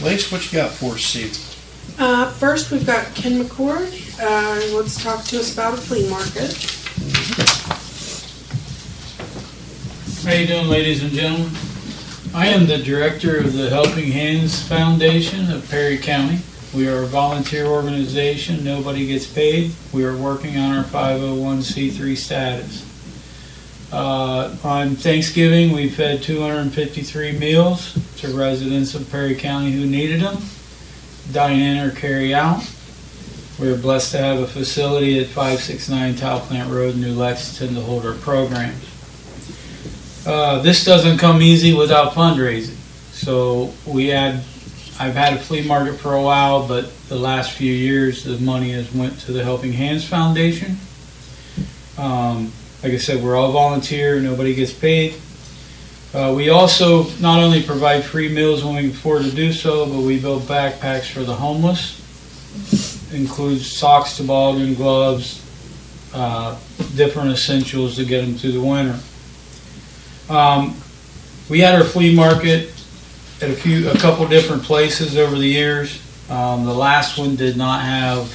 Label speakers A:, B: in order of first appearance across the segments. A: Lace, what you got for us, Steve?
B: Uh, first, we've got Ken McCord. Uh, wants to talk to us about a flea market.
C: How you doing, ladies and gentlemen? I am the director of the Helping Hands Foundation of Perry County. We are a volunteer organization, nobody gets paid. We are working on our 501c3 status. Uh, On Thanksgiving, we fed 253 meals to residents of Perry County who needed them, dine in or carry out. We are blessed to have a facility at 569 Tile Plant Road, New Lexington, to hold our programs. Uh, this doesn't come easy without fundraising. So we had, I've had a flea market for a while, but the last few years, the money has went to the Helping Hands Foundation. Um, like I said, we're all volunteer, nobody gets paid. Uh, we also not only provide free meals when we can afford to do so, but we build backpacks for the homeless. Includes socks, toboggan, gloves, uh, different essentials to get them through the winter. Um, we had our flea market at a few, a couple different places over the years. Um, the last one did not have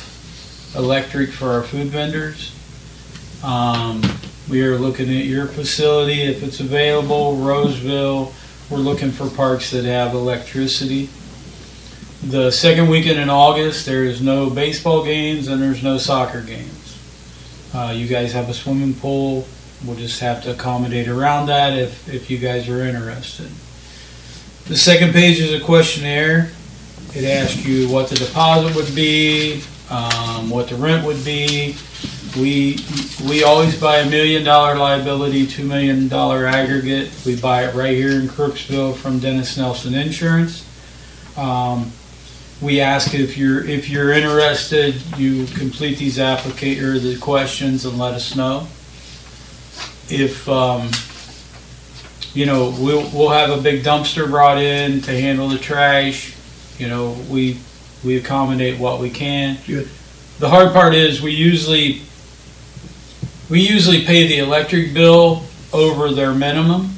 C: electric for our food vendors. Um, we are looking at your facility if it's available, Roseville. We're looking for parks that have electricity. The second weekend in August, there is no baseball games and there's no soccer games. Uh, you guys have a swimming pool we'll just have to accommodate around that if, if you guys are interested. The second page is a questionnaire. It asks you what the deposit would be, um, what the rent would be. We, we always buy a million dollar liability, two million dollar aggregate. We buy it right here in Crooksville from Dennis Nelson Insurance. Um, we ask if you're, if you're interested, you complete these applica, or the questions and let us know if, um, you know, we'll, we'll have a big dumpster brought in to handle the trash. You know, we, we accommodate what we can.
A: Good.
C: The hard part is we usually, we usually pay the electric bill over their minimum.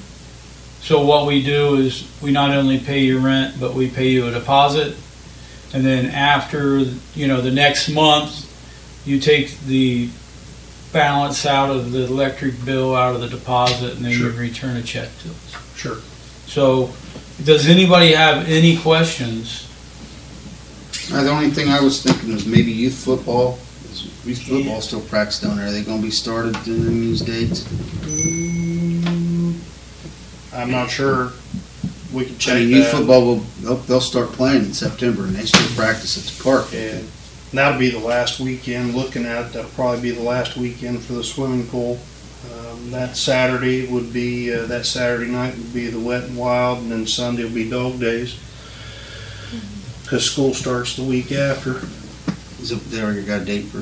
C: So what we do is we not only pay your rent, but we pay you a deposit. And then after, you know, the next month, you take the balance out of the electric bill, out of the deposit, and then you
A: Sure.
C: return a check to us.
A: Sure.
C: So, does anybody have any questions?
D: Uh, the only thing I was thinking was maybe youth football. Is Youth football still practiced down there. Are they going to be started during these dates?
A: Mm, I'm not sure. We can
D: I
A: check
D: mean, youth
A: that.
D: football will they'll, they'll start playing in September, and they still practice at the park.
A: And that'll be the last weekend. Looking at it, that'll probably be the last weekend for the swimming pool. Um, that Saturday would be uh, that Saturday night would be the wet and wild, and then Sunday will be dog days because school starts the week after.
D: Is it, they already got a date for.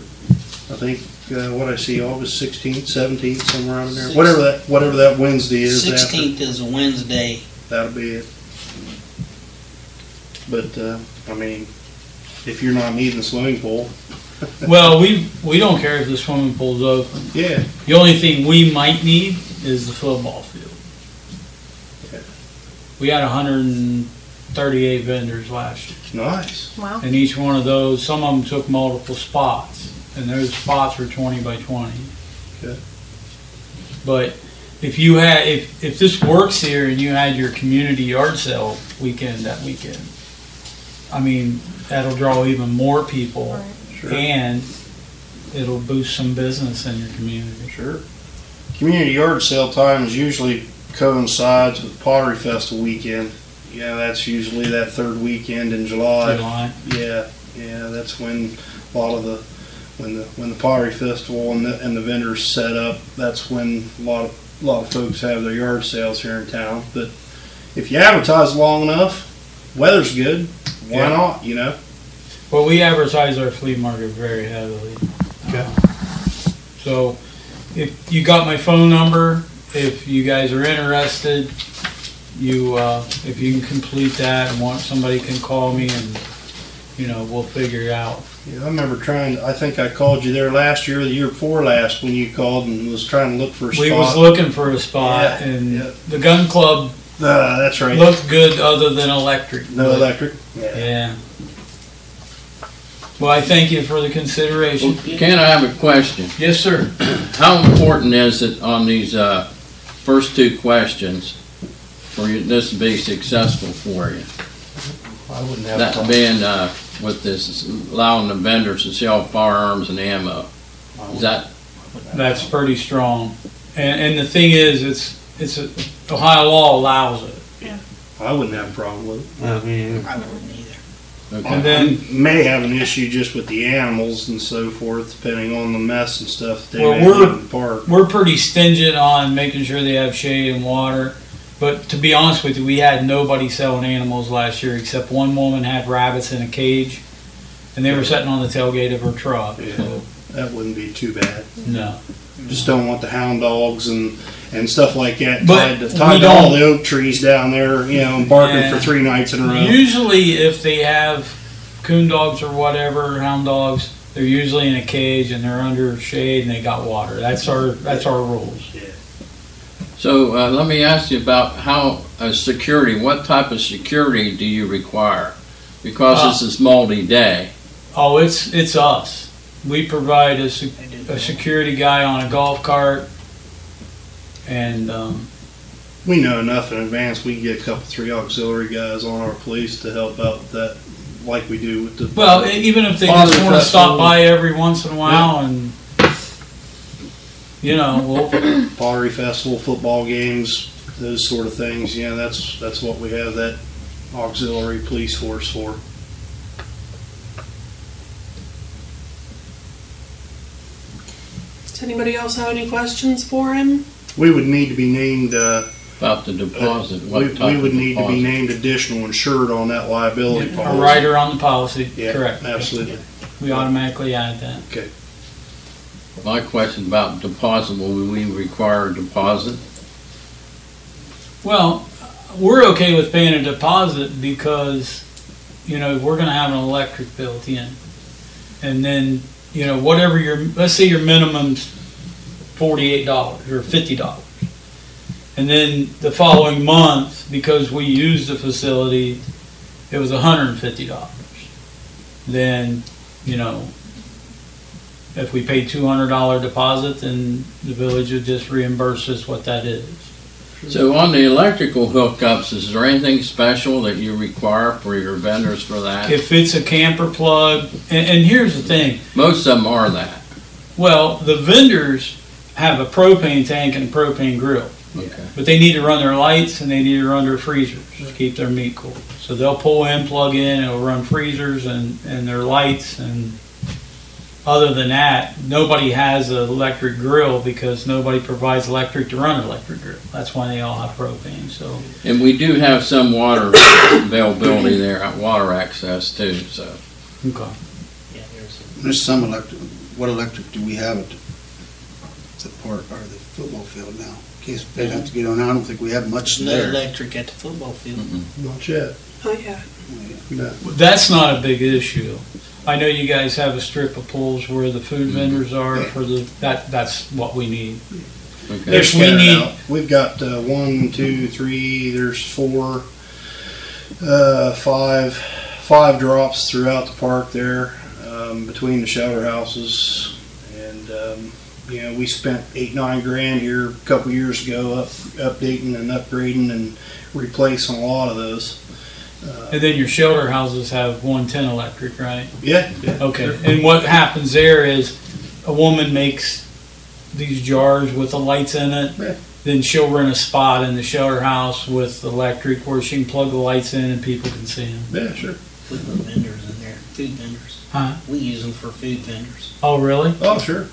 A: I think uh, what I see August 16th, 17th, somewhere around there. Whatever that whatever that Wednesday is. after.
E: Sixteenth is a Wednesday.
A: that'll be it. But, uh, I mean, if you're not needing a swimming pool,
C: Well, we, we don't care if the swimming pool's open.
A: yeah,
C: The only thing we might need is the football field.
A: Okay.
C: We had hundred and thirty-eight vendors last year,
A: nice.
F: Wow.
C: and each one of those, some of them took multiple spots, and those spots were twenty by twenty.
A: Okay.
C: But if you had, if, if this works here and you had your community yard sale weekend that weekend, I mean, that'll draw even more people,
A: Sure,
C: and it'll boost some business in your community.
A: sure. Community yard sale times usually coincides with Pottery Festival weekend. Yeah, that's usually that third weekend in July.
C: July.
A: Yeah, yeah, that's when a lot of the, when the, when the Pottery Festival and the, and the vendors set up, that's when a lot of, a lot of folks have their yard sales here in town. But if you advertise long enough, weather's good, why
C: Yeah.
A: not, you know?
C: Well, we advertise our flea market very heavily. Um,
A: Okay.
C: So if you got my phone number, if you guys are interested, you, uh, if you can complete that and want, somebody can call me and, you know, we'll figure it out.
A: Yeah, I remember trying, I think I called you there last year, or the year before last, when you called and was trying to look for a
C: We was
A: spot.
C: looking for a spot
A: Yeah,
C: and
A: yeah.
C: the gun club
A: Uh, that's right.
C: Looked good other than electric.
A: No
C: but-
A: electric. Yeah.
C: Yeah. Well, I thank you for the
E: Well,
C: consideration.
E: Ken, I have a question.
C: Yes, sir.
E: How important is it on these uh, first two questions for you- this to be successful for you?
A: I wouldn't have. a
E: That
A: problem.
E: being uh, with this, allowing the vendors to sell firearms and ammo. Is that,
C: That's pretty strong. And, and the thing is, it's, it's, a- Ohio law allows it.
A: I wouldn't have a problem with it.
F: I mean,
C: And
E: okay,
C: then,
A: May have an issue just with the animals and so forth, depending on the mess and stuff that they
C: Well,
A: may
C: we're-
A: leave in the park.
C: we're pretty stingent on making sure they have shade and water. But to be honest with you, we had nobody selling animals last year except one woman had rabbits in a cage, and they were sitting on the tailgate of her truck. So,
A: That wouldn't be too bad.
C: no.
A: Just don't want the hound dogs and and stuff like that
C: But
A: tied to,
C: we
A: tied to all
C: don't-
A: the oak trees down there. You know, and barking
C: Yeah.
A: for three nights in a row.
C: Usually, if they have coon dogs or whatever, hound dogs, they're usually in a cage and they're under shade and they got water. That's our that's our rules.
E: so uh, let me ask you about how, uh, security, what type of security do you require?
C: Uh,
E: Because it's a multi day.
C: Oh, it's it's us. We provide a, se- a security guy on a golf cart, and um,
A: We know enough in advance. We can get a couple, three auxiliary guys on our police to help out with that, like we do with the.
C: well, e- even if they
A: Father
C: just want to
A: Festival.
C: stop by every once in a while and you know, we'll,
A: pottery festival, football games, those sort of things. You know, that's that's what we have that auxiliary police force for.
B: Does anybody else have any questions for him?
A: We would need to be named. Uh,
E: About the deposit,
A: we,
E: what type of deposit?
A: we would need to be named additional insured on that liability
C: a
A: policy.
C: writer on the policy.
A: Yeah,
C: Correct.
A: Absolutely.
C: We automatically add that.
E: My question about deposit, will we require a deposit?
C: Well, we're okay with paying a deposit because, you know, we're gonna have an electric built in. And then, you know, whatever your, let's say your minimum's forty-eight dollars or fifty dollars. And then the following month, because we used the facility, it was hundred and fifty dollars. Then, you know, if we pay two hundred dollar deposit, then the village would just reimburse us what that is.
E: So on the electrical hookups, is there anything special that you require for your vendors for that?
C: if it's a camper plug, and, and here's the thing.
E: Most of them are that.
C: Well, the vendors have a propane tank and a propane grill,
E: Okay.
C: but they need to run their lights and they need to run their freezers to keep their meat cool. So they'll pull in, plug in, it'll run freezers and, and their lights. And other than that, nobody has an electric grill because nobody provides electric to run an electric grill. That's why they all have propane. So
E: And we do have some water availability there, uh, water access too, so.
C: okay.
D: There's some electric, what electric do we have at the park, or the football field now? In case they have to get on, I don't think we have much
F: no
D: there.
F: electric at the football field.
E: Mm-hmm.
A: Not yet.
B: Oh yeah.
A: No.
C: That's not a big issue. I know you guys have a strip of pools where the food vendors are for the, that, that's what we need.
E: okay.
A: They're
C: If we
A: scattered
C: need-
A: out. We've got uh, one, two, three. There's four, uh, five, five drops throughout the park there um, between the shelter houses, and um, you know we spent eight, nine grand here a couple years ago up, updating and upgrading and replacing a lot of those. Uh,
C: And then your shelter houses have one ten electric, right?
A: Yeah, yeah.
C: Okay, and what happens there is a woman makes these jars with the lights in
A: Yeah.
C: it. Then she'll rent a spot in the shelter house with electric where she can plug the lights in and people can see them.
A: yeah, sure.
F: We put vendors in there, food vendors.
C: Huh?
F: We use them for food vendors.
C: Oh, really?
A: Oh, sure.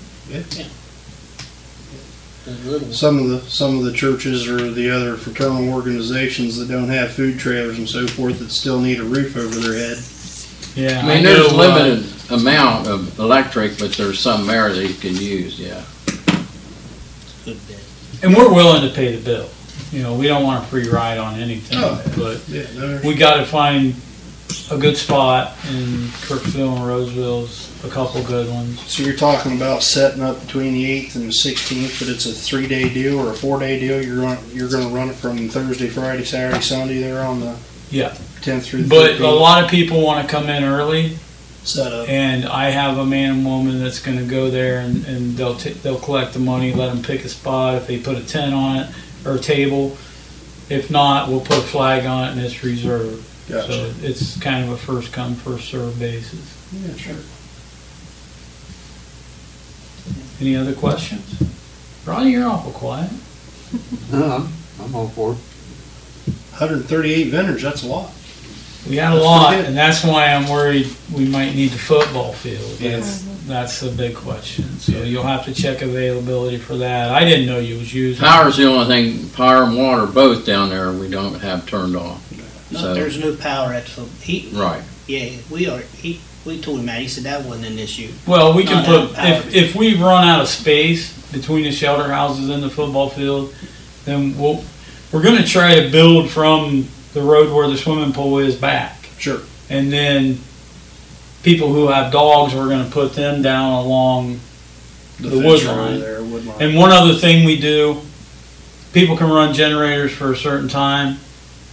F: The little
A: some of the some of the churches or the other fraternal organizations that don't have food trailers and so forth that still need a roof over their head.
C: Yeah.
E: I mean, there's
C: know, uh,
E: limited amount of electric, but there's some there that you can use, yeah.
F: good bit.
C: And we're willing to pay the bill. You know, we don't want a free ride on anything,
A: Oh.
C: but
A: Yeah, no,
C: we got to find a good spot in Kirksville and Roseville's a couple good ones.
A: So you're talking about setting up between the eighth and the sixteenth, but it's a three-day deal or a four-day deal. You're gonna, you're gonna run it from Thursday, Friday, Saturday, Sunday there on the
C: Yeah.
A: tenth through the
C: But a
A: thirteenth.
C: lot of people want to come in early,
A: Set up.
C: and I have a man and woman that's going to go there, and, and they'll t- they'll collect the money, let them pick a spot if they put a tent on it or a table. If not, we'll put a flag on it and it's reserved.
A: Gotcha.
C: So it's kind of a first come first served basis.
A: Yeah, sure.
C: Any other questions? Ronnie, you're awful quiet.
D: Uh, I'm all for it.
A: Hundred and thirty-eight vendors, that's a lot.
C: We had a
A: That's
C: lot,
A: pretty good.
C: and that's why I'm worried we might need the football field. That's, that's the big question. So you'll have to check availability for that. I didn't know you was using.
E: Power's the only thing, power and water both down there we don't have turned off.
F: No,
E: So-
F: there's no power at, the- he,
E: Right.
F: yeah, we are, he, we told him that, he said that wasn't an issue.
C: Well, we can
F: Not have
C: put,
F: Uh, power.
C: if, if we run out of space between the shelter houses and the football field, then we'll, we're gonna try to build from the road where the swimming pool is back.
A: Sure.
C: And then people who have dogs, we're gonna put them down along The wood
A: fence line
C: line.
A: There, wood line.
C: And one other thing we do, people can run generators for a certain time,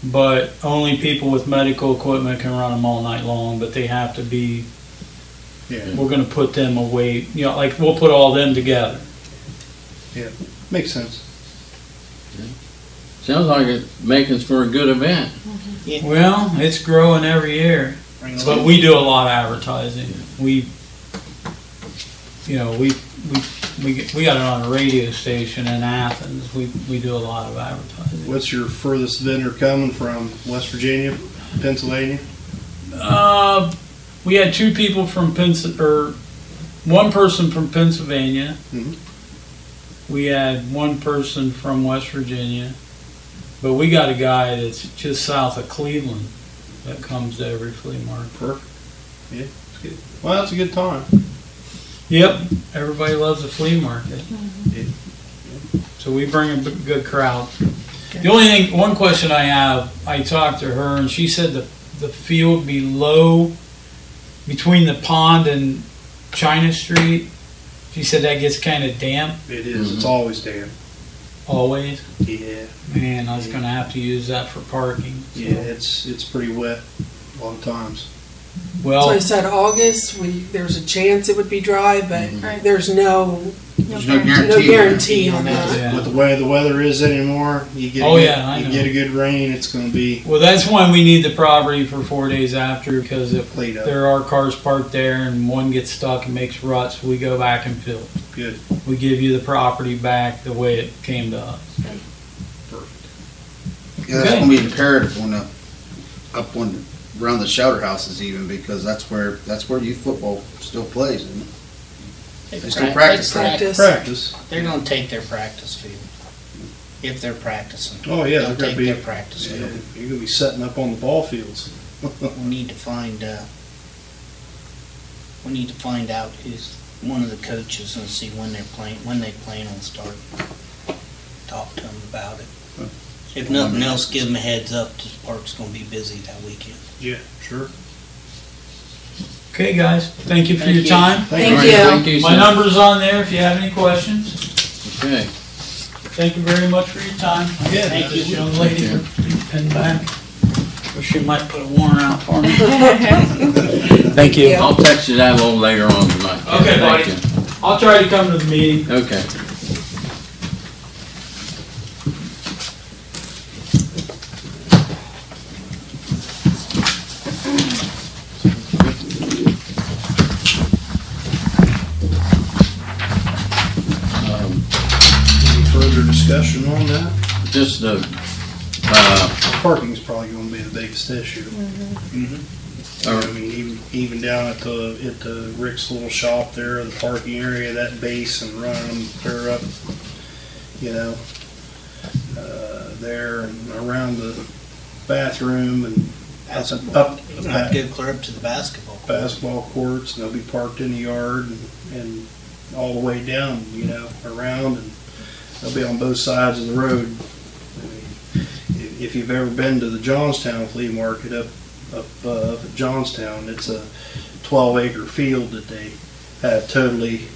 C: but only people with medical equipment can run them all night long, but they have to be,
A: Yeah,
C: we're gonna put them away, you know, like, we'll put all them together.
A: makes sense.
E: Sounds like it's making for a good event.
A: Mm-hmm.
C: Well, it's growing every year,
F: Bring a
C: but
F: little-
C: we do a lot of advertising. We, you know, we, we, we, get- we got it on a radio station in Athens, we, we do a lot of advertising.
A: What's your furthest vendor coming from? West Virginia, Pennsylvania?
C: Uh, we had two people from Pens or one person from Pennsylvania.
A: Mhm.
C: We had one person from West Virginia, but we got a guy that's just south of Cleveland that comes to every flea market.
A: Perfect. Yeah, it's good. Well, that's a good time.
C: Yep, everybody loves a flea market.
A: Yeah.
C: So we bring a b- good crowd. The only thing, one question I have, I talked to her and she said the, the field below, between the pond and China Street, she said that gets kind of damp
A: It is. It's always damn.
C: always.
A: Yeah,
C: Man, I was gonna have to use that for parking.
A: yeah. It's it's pretty wet a lot of times.
B: So I
C: Well,
B: said August, we, there's a chance it would be dry, but
G: Right.
B: there's no,
D: There's no
B: no
D: guarantee.
B: guarantee on that.
C: yeah.
A: With the way the weather is anymore, you get
C: Oh,
A: a good,
C: yeah, I
A: you
C: know.
A: get a good rain, it's going to be
C: Well, that's why we need the property for four days after, because if
A: played up.
C: there are cars parked there and one gets stuck and makes ruts, we go back and fill. it.
A: Good.
C: We give you the property back the way it came to us.
D: Yeah, that's
C: Okay.
D: gonna be imperative on up, up on, around the shelter houses even, because that's where, that's where youth football still plays. isn't it? They still practice there.
B: Practice.
A: Practice.
F: They're gonna take their practice field, if they're practicing.
A: Oh yeah,
F: They'll
A: they're going
F: take
A: to be.
F: their practice
A: yeah,
F: field.
A: you're going to be setting up on the ball fields.
F: We'll need to find, uh, we need to find out who's one of the coaches and see when they're playing, when they plan on starting. Talk to them about it. If nothing else, give them a heads up, this park's gonna be busy that weekend.
A: Yeah, sure.
C: Okay, guys, thank you for
F: Thank
C: your
F: you.
C: time.
A: Thank
E: All
A: you.
E: right,
B: you.
E: Thank you,
C: My
E: sir.
C: number's on there if you have any questions.
E: Okay.
C: Thank you very much for your time.
A: Yeah,
C: Thank
A: thank
C: this young lady for coming back. Or she might put a warrant out for me.
F: Thank you.
E: I'll text you that a little later on tonight.
C: Okay, buddy.
E: Thank you.
C: I'll try to come to the meeting.
E: Okay. Um,
A: Any further discussion on that?
E: just the, uh,
A: Parking's probably going to be the biggest issue. Mm-hmm. I
E: or-
A: mean, even, even down at the, at the Rick's little shop there, the parking area, that base and running them clear up, you know, uh, there and around the bathroom and
F: Basketball.
A: up,
F: I'd have to go clear up to the basketball. court.
A: basketball courts and they'll be parked in the yard and, and all the way down, you know, around and they'll be on both sides of the road. I mean, If if you've ever been to the Johnstown flea market up up, uh, up at Johnstown. It's a 12 acre field that they have totally,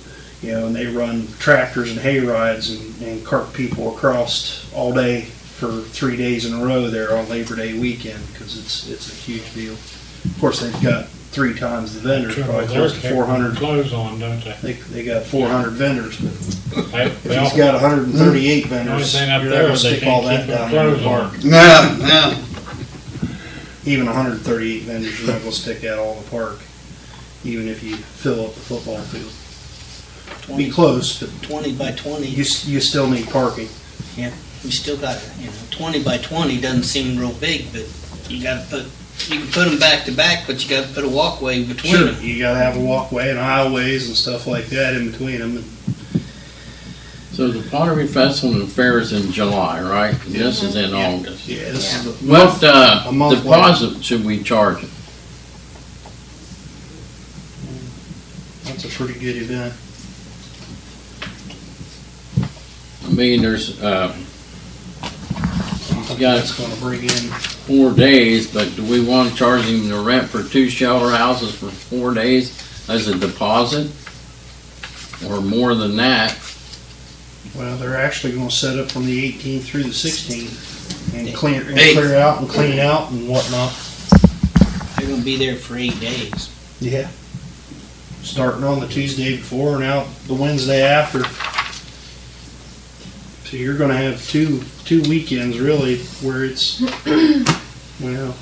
A: you know, and they run tractors and hay rides and, and cart people across all day for three days in a row there on Labor Day weekend because it's, it's a huge deal. Of course, they've got three times the vendors, probably close to 400.
G: Clothes on, don't they?
A: They, they got 400 vendors, but
G: They-
A: if
G: they
A: he's
G: all-
A: got 138
G: The only
A: vendors, you're
G: thing up
A: not
G: there
A: gonna
G: is they
A: stick all
G: can't
A: that
G: keep their
A: down in the
G: clothes
A: park.
G: on.
D: No, no.
A: Even 138 vendors, you're not gonna stick that all in the park, even if you fill up the football field. Be
F: Twenty,
A: close, but
F: twenty by twenty.
A: you, s- you still need parking.
F: we still got, you know, twenty by twenty doesn't seem real big, but you gotta put, you can put them back to back, but you gotta put a walkway between them.
A: You gotta have a walkway and aisleways and stuff like that in between them.
E: So the Pottery Festival and Fair is in July, right? And This is in
A: Yeah.
E: August.
A: Yeah, this is the.
E: What, uh,
A: A month later.
E: deposit should we charge it?
A: That's a pretty good event.
E: I mean, there's, uh,
A: I
E: Got it.
A: It's gonna bring in,
E: four days, but do we want to charge them the rent for two shelter houses for four days as a deposit? Or more than that?
A: well, they're actually gonna set up from the 18th through the 16th and clear, and
D: Eight.
A: clear out and clean out and whatnot.
F: They're gonna be there for eight days.
A: Yeah. Starting on the Tuesday before and out the Wednesday after. So you're gonna have two, two weekends really where it's, well,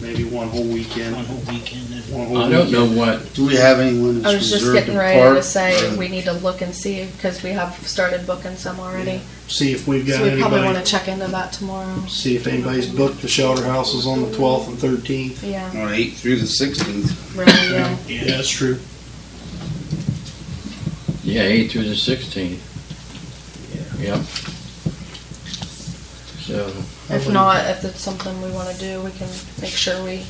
A: maybe one whole
F: One
A: weekend.
F: whole weekend. and-
A: one whole
E: I don't
A: weekend.
E: know what,
D: Do we have anyone
H: I
D: that's
H: was just
D: reserved
H: getting
D: a
H: ready to
D: park?
H: say,
D: or-
H: we need to look and see, because we have started booking some already.
A: See if we've got
H: So we probably wanna
A: anybody,
H: check into that tomorrow,
A: see if anybody's booked the shelter houses on the twelfth and thirteenth.
H: yeah,
D: On eight through the sixteenth.
H: really, yeah.
A: Yeah, that's true.
E: yeah, eight through the sixteenth. Yep. So,
H: If not, if it's something we wanna do, we can make sure we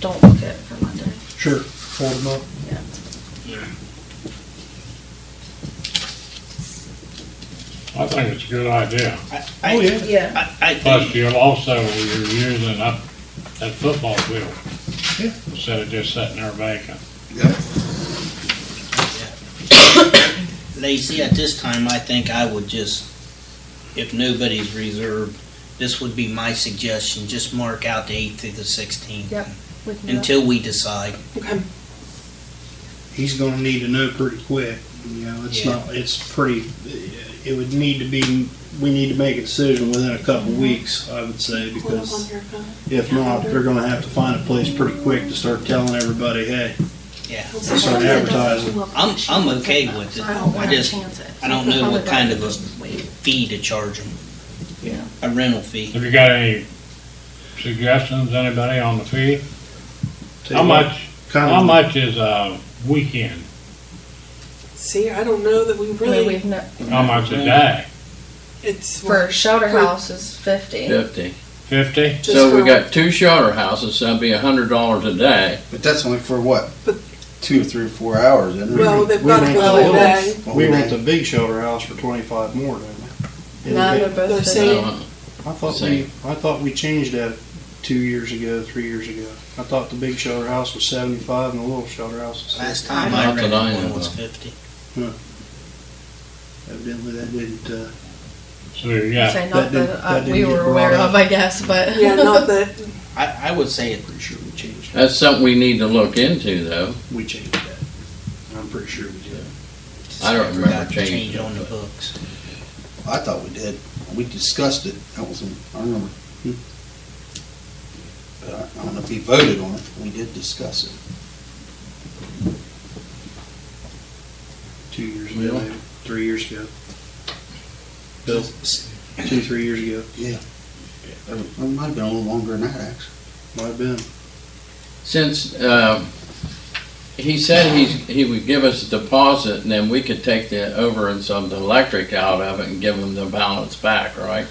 H: don't book it for Monday.
A: Sure, hold them up.
G: I think it's a good idea.
F: I,
A: Oh,
F: I,
A: yeah.
H: Yeah.
F: I- I
G: Plus,
F: think,
G: you'll also, you're using up that football field.
A: Yeah.
G: Instead of just sitting there vacant.
F: Lacey, at this time, I think I would just, if nobody's reserved, this would be my suggestion, just mark out the eighth through the sixteenth.
H: Yep. we can do that.
F: Until we decide.
B: Okay.
A: he's gonna need to know pretty quick. You know, it's
F: Yeah.
A: not, it's pretty, it would need to be, we need to make a decision within a couple weeks, I would say,
B: Hold Mhm. up on
A: because
B: your phone.
A: if not, they're gonna have to find a place pretty quick to start telling everybody, hey, start advertising.
F: I'm, I'm okay with it.
H: I don't
F: I
H: wanna
F: just,
H: chance it.
F: I don't know what kind of a
H: Wait.
F: fee to charge them.
A: Yeah.
F: A rental fee.
G: Have you got any suggestions, anybody on the fee? How much,
A: Kind
G: how
A: of,
G: much is a weekend?
B: See, I don't know that we
H: I mean,
B: really,
H: we've no-
G: How much a day?
B: it's.
H: For shelter
B: For-
H: house is fifty,
E: fifty.
G: Fifty?
B: just
E: So we
B: for-
E: got two shelter houses, so that'd be a hundred dollars a day.
D: But that's only for what?
B: But-
D: Two, three, or four hours, isn't it?
B: Well, they've
A: we
B: got to
A: rent
B: go
A: the
B: all day.
A: whole- we rent the big shelter house for twenty-five more, don't we?
H: now they're
B: They're
H: both fifty.
B: saying-
E: Uh,
A: I thought we, I thought we changed that two years ago, three years ago. I thought the big shelter house was seventy-five and the little shelter house was
F: Last
A: sixty.
F: time
E: Not
F: I
E: that
F: rented
E: I know
F: one was
E: of.
F: fifty.
A: Evidently, that didn't, uh,
G: So, yeah,
H: Say not
A: That didn't-
H: that
A: that
H: uh,
A: didn't
H: we
A: get
H: were
A: brought
H: aware
A: up.
H: of, I guess, but.
B: Yeah, not that,
F: I, I would say it
A: pretty sure we changed it.
E: That's something we need to look into, though.
A: We changed that. I'm pretty sure we did.
E: I don't remember
F: forgot to
E: changing
F: change
E: it,
F: on the
E: but-
F: books.
D: I thought we did. We discussed it. That was, I remember. Hmm. But I I don't know if we voted on it. We did discuss it.
A: Two years
E: Really?
A: ago, maybe. three years ago. Bill, two, three years ago,
D: It might have been a little longer than that, actually.
A: might have been.
E: Since, uh, he said he's, he would give us a deposit and then we could take the over and some of the electric out of it and give him the balance back, right?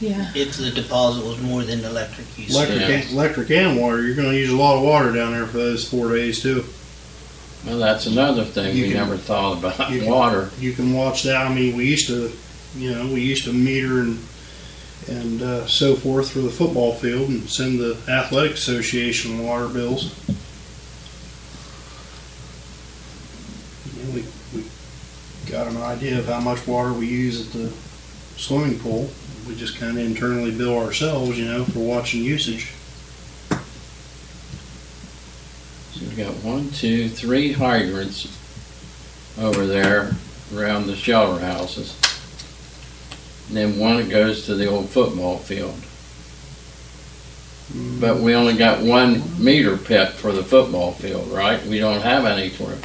H: Yeah.
F: If the deposit was more than the electric usage.
A: Electric, and- electric and water, you're gonna use a lot of water down there for those four days too.
E: Well, that's another thing
A: You
E: we
A: can-
E: never thought about,
A: you can-
E: water.
A: You can watch that, I mean, we used to, you know, we used to meter and and uh, so forth for the football field and send the athletic association water bills. And we, we got an idea of how much water we use at the swimming pool. We just kind of internally bill ourselves, you know, for watching usage.
E: So we've got one, two, three hydrants over there around the shelter houses. And then one that goes to the old football field.
A: Mm.
E: But we only got one meter pit for the football field, right? We don't have any for it.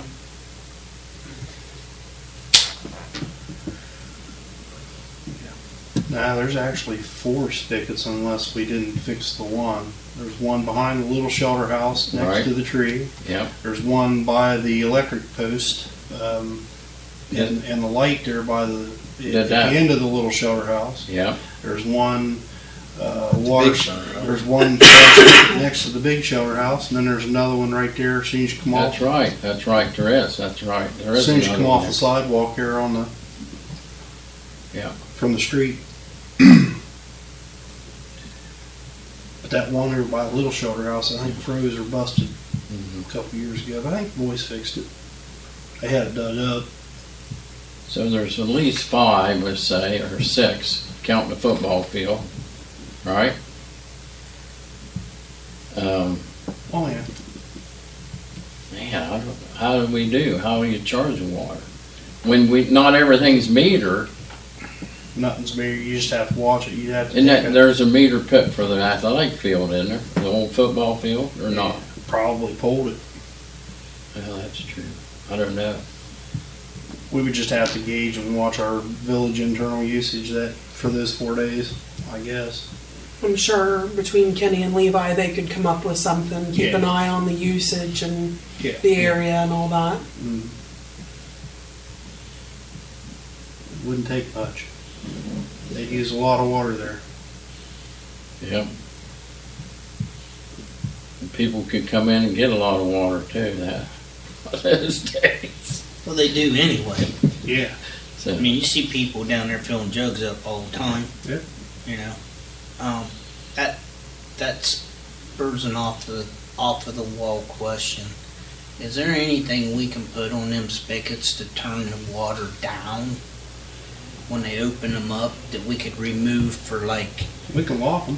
A: Now, there's actually four spigots unless we didn't fix the one. There's one behind the little shelter house next
E: Right.
A: to the tree.
E: Yep.
A: There's one by the electric post, um, and, and the light there by the
E: Yeah,
A: at the
E: that-
A: end of the little shelter house.
E: Yeah,
A: There's one uh, water.
D: Big shelter house.
A: There's one next- next to the big shelter house, and then there's another one right there. As soon as you come
E: that's
A: off,
E: right, that's right, there is, that's right, there
A: as
E: is
A: soon as you
E: another
A: come off
E: one.
A: the sidewalk here on the
E: Yeah.
A: from the street. But that one over by the little shelter house, I think froze or busted
E: Mhm.
A: a couple years ago. But I think boys fixed it. They had it dug up.
E: So there's at least five, let's say, or six, counting the football field, right? Um,
A: Oh yeah.
E: man, I don't- how do we do? How do you charge the water? When we, not everything's metered,
A: Nothing's mere. You just have to watch it. You have to.
E: and
A: take
E: that,
A: a-
E: there's a meter pit for the athletic field in there, the old football field, or not?
A: probably pulled it.
E: Well, that's true. I don't know.
A: We would just have to gauge and watch our village internal usage that for those four days, I guess.
B: I'm sure between Kenny and Levi, they could come up with something, keep
A: Yeah.
B: an eye on the usage and
A: Yeah.
B: the area and all that.
A: Mm. Wouldn't take much. They use a lot of water there.
E: Yep. And People could come in and get a lot of water too, that, those days.
F: Well, they do anyway.
A: Yeah.
E: So-
F: I mean, you see people down there filling jugs up all the time.
A: Yeah.
F: You know, um, that that's spurs an off the off of the wall question. Is there anything we can put on them spigots to turn the water down when they open them up that we could remove for like?
A: We can lock them.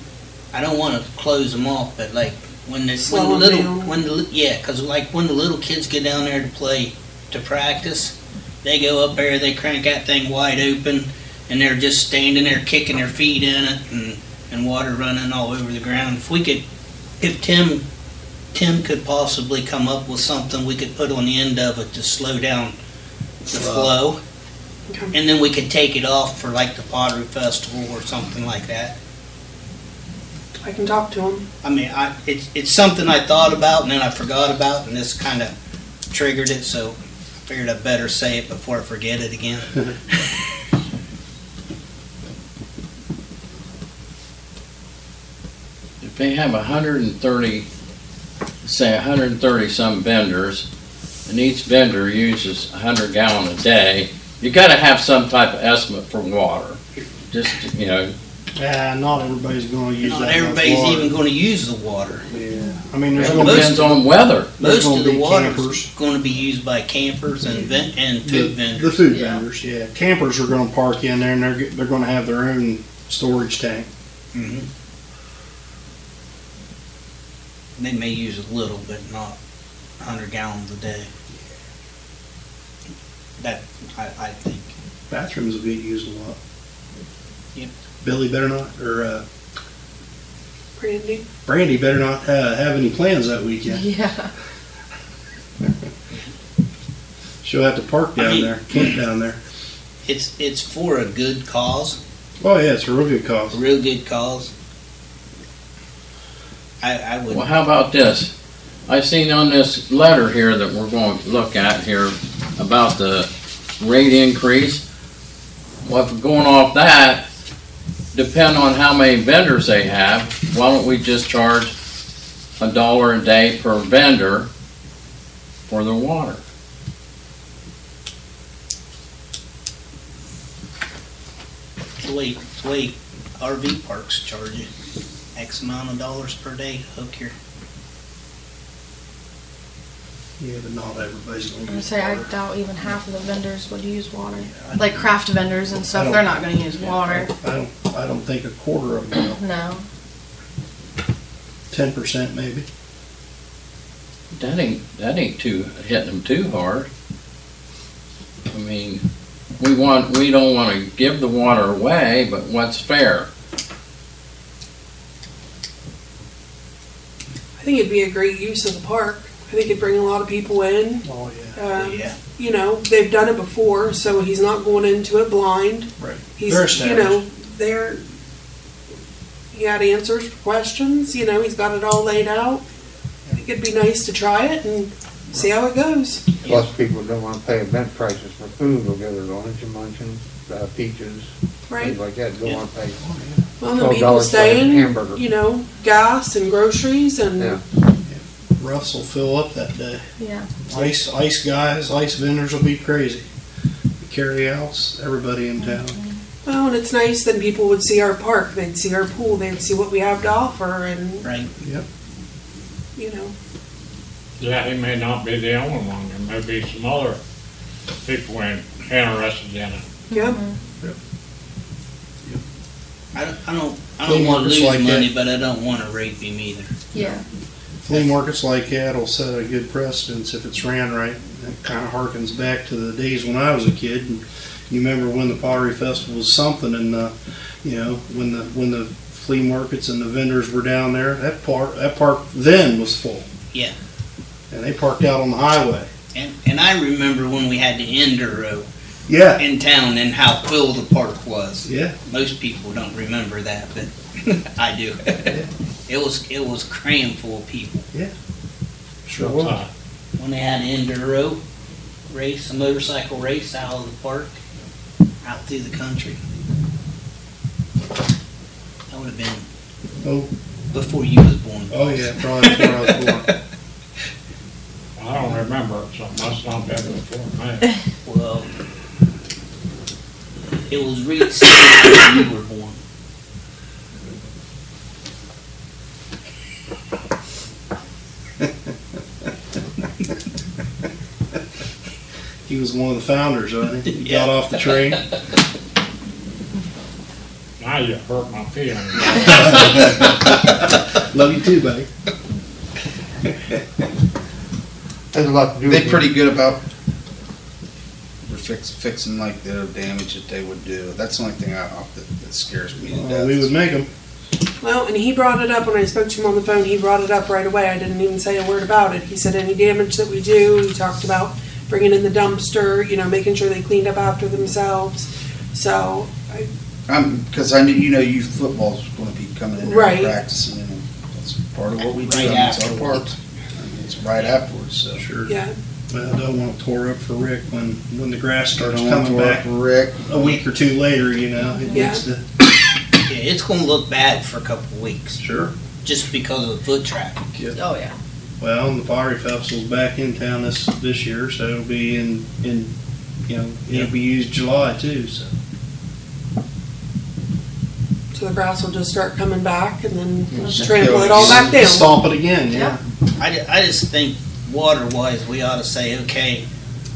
F: I don't want to close them off, but like when the
B: Slow
F: when the
B: 'em
F: little
B: down.
F: when the li- yeah, because like when the little kids get down there to play to practice, they go up there, they crank that thing wide open, and they're just standing there kicking their feet in it and and water running all over the ground. If we could, if Tim Tim could possibly come up with something we could put on the end of it to slow down the flow,
B: Okay.
F: and then we could take it off for like the pottery festival or something like that.
B: I can talk to him.
F: I mean, I, it's, it's something I thought about and then I forgot about, and this kind of triggered it, so I figured I'd better say it before I forget it again.
E: If they have hundred and thirty, say hundred and thirty some vendors, and each vendor uses hundred gallon a day, you gotta have some type of estimate for water. Just, you know,
A: Yeah, not everybody's going to use
F: Not
A: that. much
F: everybody's
A: water.
F: even going to use the water.
A: Yeah. I mean, there's
F: Yeah,
A: going to be
E: depends on weather.
A: There's
F: Most
A: gonna
F: of the
A: be
F: water's
A: campers.
F: going to be used by campers and ven- and food
A: the,
F: vendors.
A: the food
F: yeah.
A: vendors. Yeah, campers are going to park in there, and they're get- they're going to have their own storage tank.
F: Mhm. They may use a little, but not hundred gallons a day. That, I, I think.
A: Bathrooms will get used a lot.
F: Yep.
A: Billy better not, or uh,
B: Brandy?
A: Brandy better not uh, have any plans that weekend.
H: Yeah.
A: She'll have to park down
F: I mean-
A: there, camp down there.
F: It's, it's for a good cause.
A: Oh yeah, it's a real good cause.
F: real good calls. I, I would.
E: Well, how about this? I seen on this letter here that we're going to look at here about the rate increase. Well, if we're going off that, depend on how many vendors they have, why don't we just charge a dollar a day per vendor for their water?
F: It's the way, it's the way RV parks charge you X amount of dollars per day, hook your,
A: Yeah, but not everybody's
H: I'm
A: gonna
H: gonna
A: use
H: say I
A: water.
H: doubt even half of the vendors would use water.
F: I-
H: Like craft vendors and stuff, they're not gonna use water.
A: I don't, I don't think a quarter of them,
H: No.
A: ten percent maybe.
E: That ain't, that ain't too, hitting them too hard. I mean, we want, we don't wanna give the water away, but what's fair?
B: I think it'd be a great use of the park. I think it'd bring a lot of people in.
A: Oh, yeah.
B: Um,
F: yeah.
B: You know, they've done it before, so he's not going into it blind.
A: Right. They're
B: He's, you know, they're, he had answers for questions, you know, he's got it all laid out. I think it'd be nice to try it and see how it goes.
I: Plus, people don't wanna pay event prices for food, they'll get their orange munchkins, uh, peaches,
B: Right?
I: things like that, don't
F: Yeah.
I: wanna pay
D: Oh,
B: Well, and the
I: twelve
B: people
I: dollars for a
B: staying,
I: hamburger.
B: you know, gas and groceries
I: Yeah.
B: and,
A: Russ will fill up that day.
H: Yeah.
A: Ice, ice guys, ice vendors will be crazy. Carryouts, everybody in town.
B: oh, and it's nice, then people would see our park, they'd see our pool, they'd see what we have to offer and,
F: Right,
B: you know.
G: Yeah, he may not be the only one, there may be some other people in- interested in it.
B: Yep.
F: I don't, I don't, I don't wanna
A: Cleaners
F: lose
A: like that.
F: money, but I don't wanna rape him either.
H: Yeah.
A: Flea markets like that will set a good precedence if it's ran right. It kind of harkens back to the days when I was a kid. And you remember when the pottery festival was something, and uh, you know when the when the flea markets and the vendors were down there. That park that park then was full.
F: Yeah.
A: And they parked out on the highway.
F: And, and I remember when we had the enduro
A: Yeah.
F: in town and how full the park was.
A: Yeah.
F: Most people don't remember that, but I do. It was, it was crammed full of people.
A: Sure
G: That's,
A: was.
G: uh,
F: when they had an enduro race, a motorcycle race out of the park, out through the country. That would have been
A: Oh,
F: before you was born.
A: oh yeah, probably before I was born.
G: I don't remember it, so it must not been before me.
F: Well, it was reinstated when you were born.
A: He was one of the founders, wasn't he? He
F: Yeah.
A: got off the train.
G: Now you hurt my feelings.
A: Love you too, buddy.
I: Has a lot to do with.
D: They're pretty good about fix, fixing like the damage that they would do. That's the only thing I, that, that scares me to
A: Uh,
D: death.
A: we would make them.
B: Well, and he brought it up when I spoke to him on the phone. He brought it up right away. I didn't even say a word about it. He said any damage that we do, he talked about bringing in the dumpster, you know, making sure they cleaned up after themselves. So,
D: I'm because I knew you know youth football's going to be coming in there
B: Right.
D: and practicing, and that's part of what we do.
F: Right
D: I mean, it's our
F: afterwards.
D: part. I mean, It's right afterwards. So
A: Sure.
B: yeah,
A: Well, I don't want to tore up for Rick when, when the grass starts
D: Don't wanna
A: coming
D: work
A: back
D: Rick.
A: a week or two later, you know. It
B: Yeah.
A: needs to.
F: Yeah, it's gonna look bad for a couple of weeks,
A: Sure.
F: just because of the foot traffic.
H: Oh, yeah.
A: Well, and the pottery festival's back in town this, this year, so it'll be in, in, you know, it'll be used July too, so.
B: so the grass will just start coming back and then
D: Yeah.
B: trample it all back down.
A: Stomp it again, yeah.
F: I, ju- I just think water-wise, we ought to say, okay,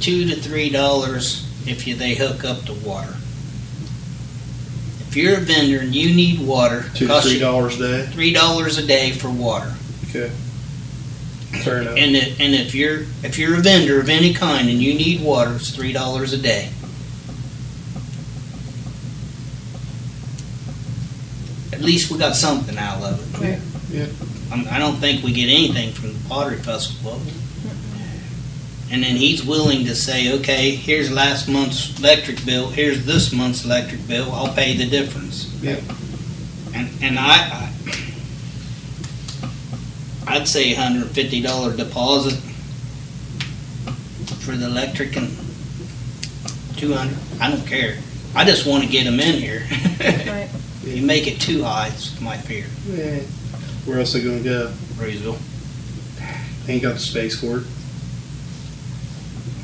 F: two to three dollars if you, they hook up the water. If you're a vendor and you need water,
A: Two to
F: costs
A: three
F: you
A: dollars a day.
F: three dollars a day for water.
A: Fair enough.
F: And if, and if you're, if you're a vendor of any kind and you need water, it's three dollars a day. At least we got something out of it.
H: Right.
A: Yeah.
F: I'm- I don't think we get anything from the Pottery Festival. And then he's willing to say, okay, here's last month's electric bill, here's this month's electric bill, I'll pay the difference.
A: Yeah.
F: And, and I, I, I'd say hundred and fifty dollar deposit for the electric and two hundred, I don't care. I just wanna get them in here.
H: Right.
F: You make it too high, it's my fear,
A: Yeah. Where else they gonna go?
F: Roosevelt.
A: Ain't got the space for it.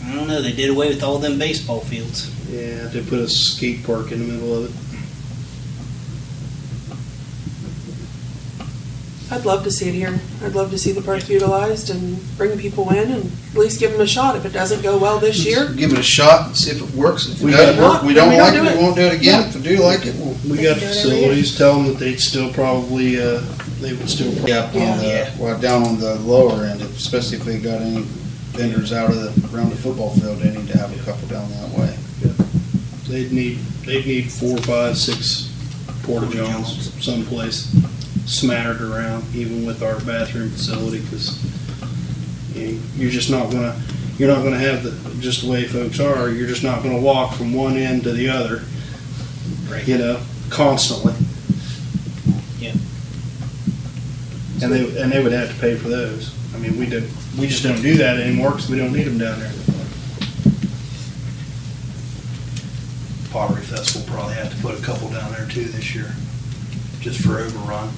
F: I don't know, they did away with all them baseball fields.
A: Yeah, they put a skate park in the middle of it.
B: I'd love to see it here. I'd love to see the park utilized and bring people in and at least give them a shot. If it doesn't go well this year,
D: Give it a shot and see if it works. If
A: We
D: it doesn't
A: got-
D: work, we
B: then
D: don't
B: we
D: like
B: don't
D: it,
B: do it.
D: we won't do it again. If we do like it, we'll.
A: We got
H: They do it every
A: facilities, tell them that they'd still probably, uh, they would still probably
D: Yeah, on the,
F: Yeah.
D: well, down on the lower end, especially if they got any vendors out of the, around the football field, they need to have a couple down that way.
A: They'd need, they'd need four, five, six porta johns someplace smattered around, even with our bathroom facility, because you're just not gonna, you're not gonna have the, just the way folks are, you're just not gonna walk from one end to the other,
F: Right.
A: you know, constantly.
F: Yeah.
A: And they, and they would have to pay for those. I mean, we did, we just don't do that anymore, because we don't need them down there. Pottery Fest will probably have to put a couple down there too this year, just for overrun.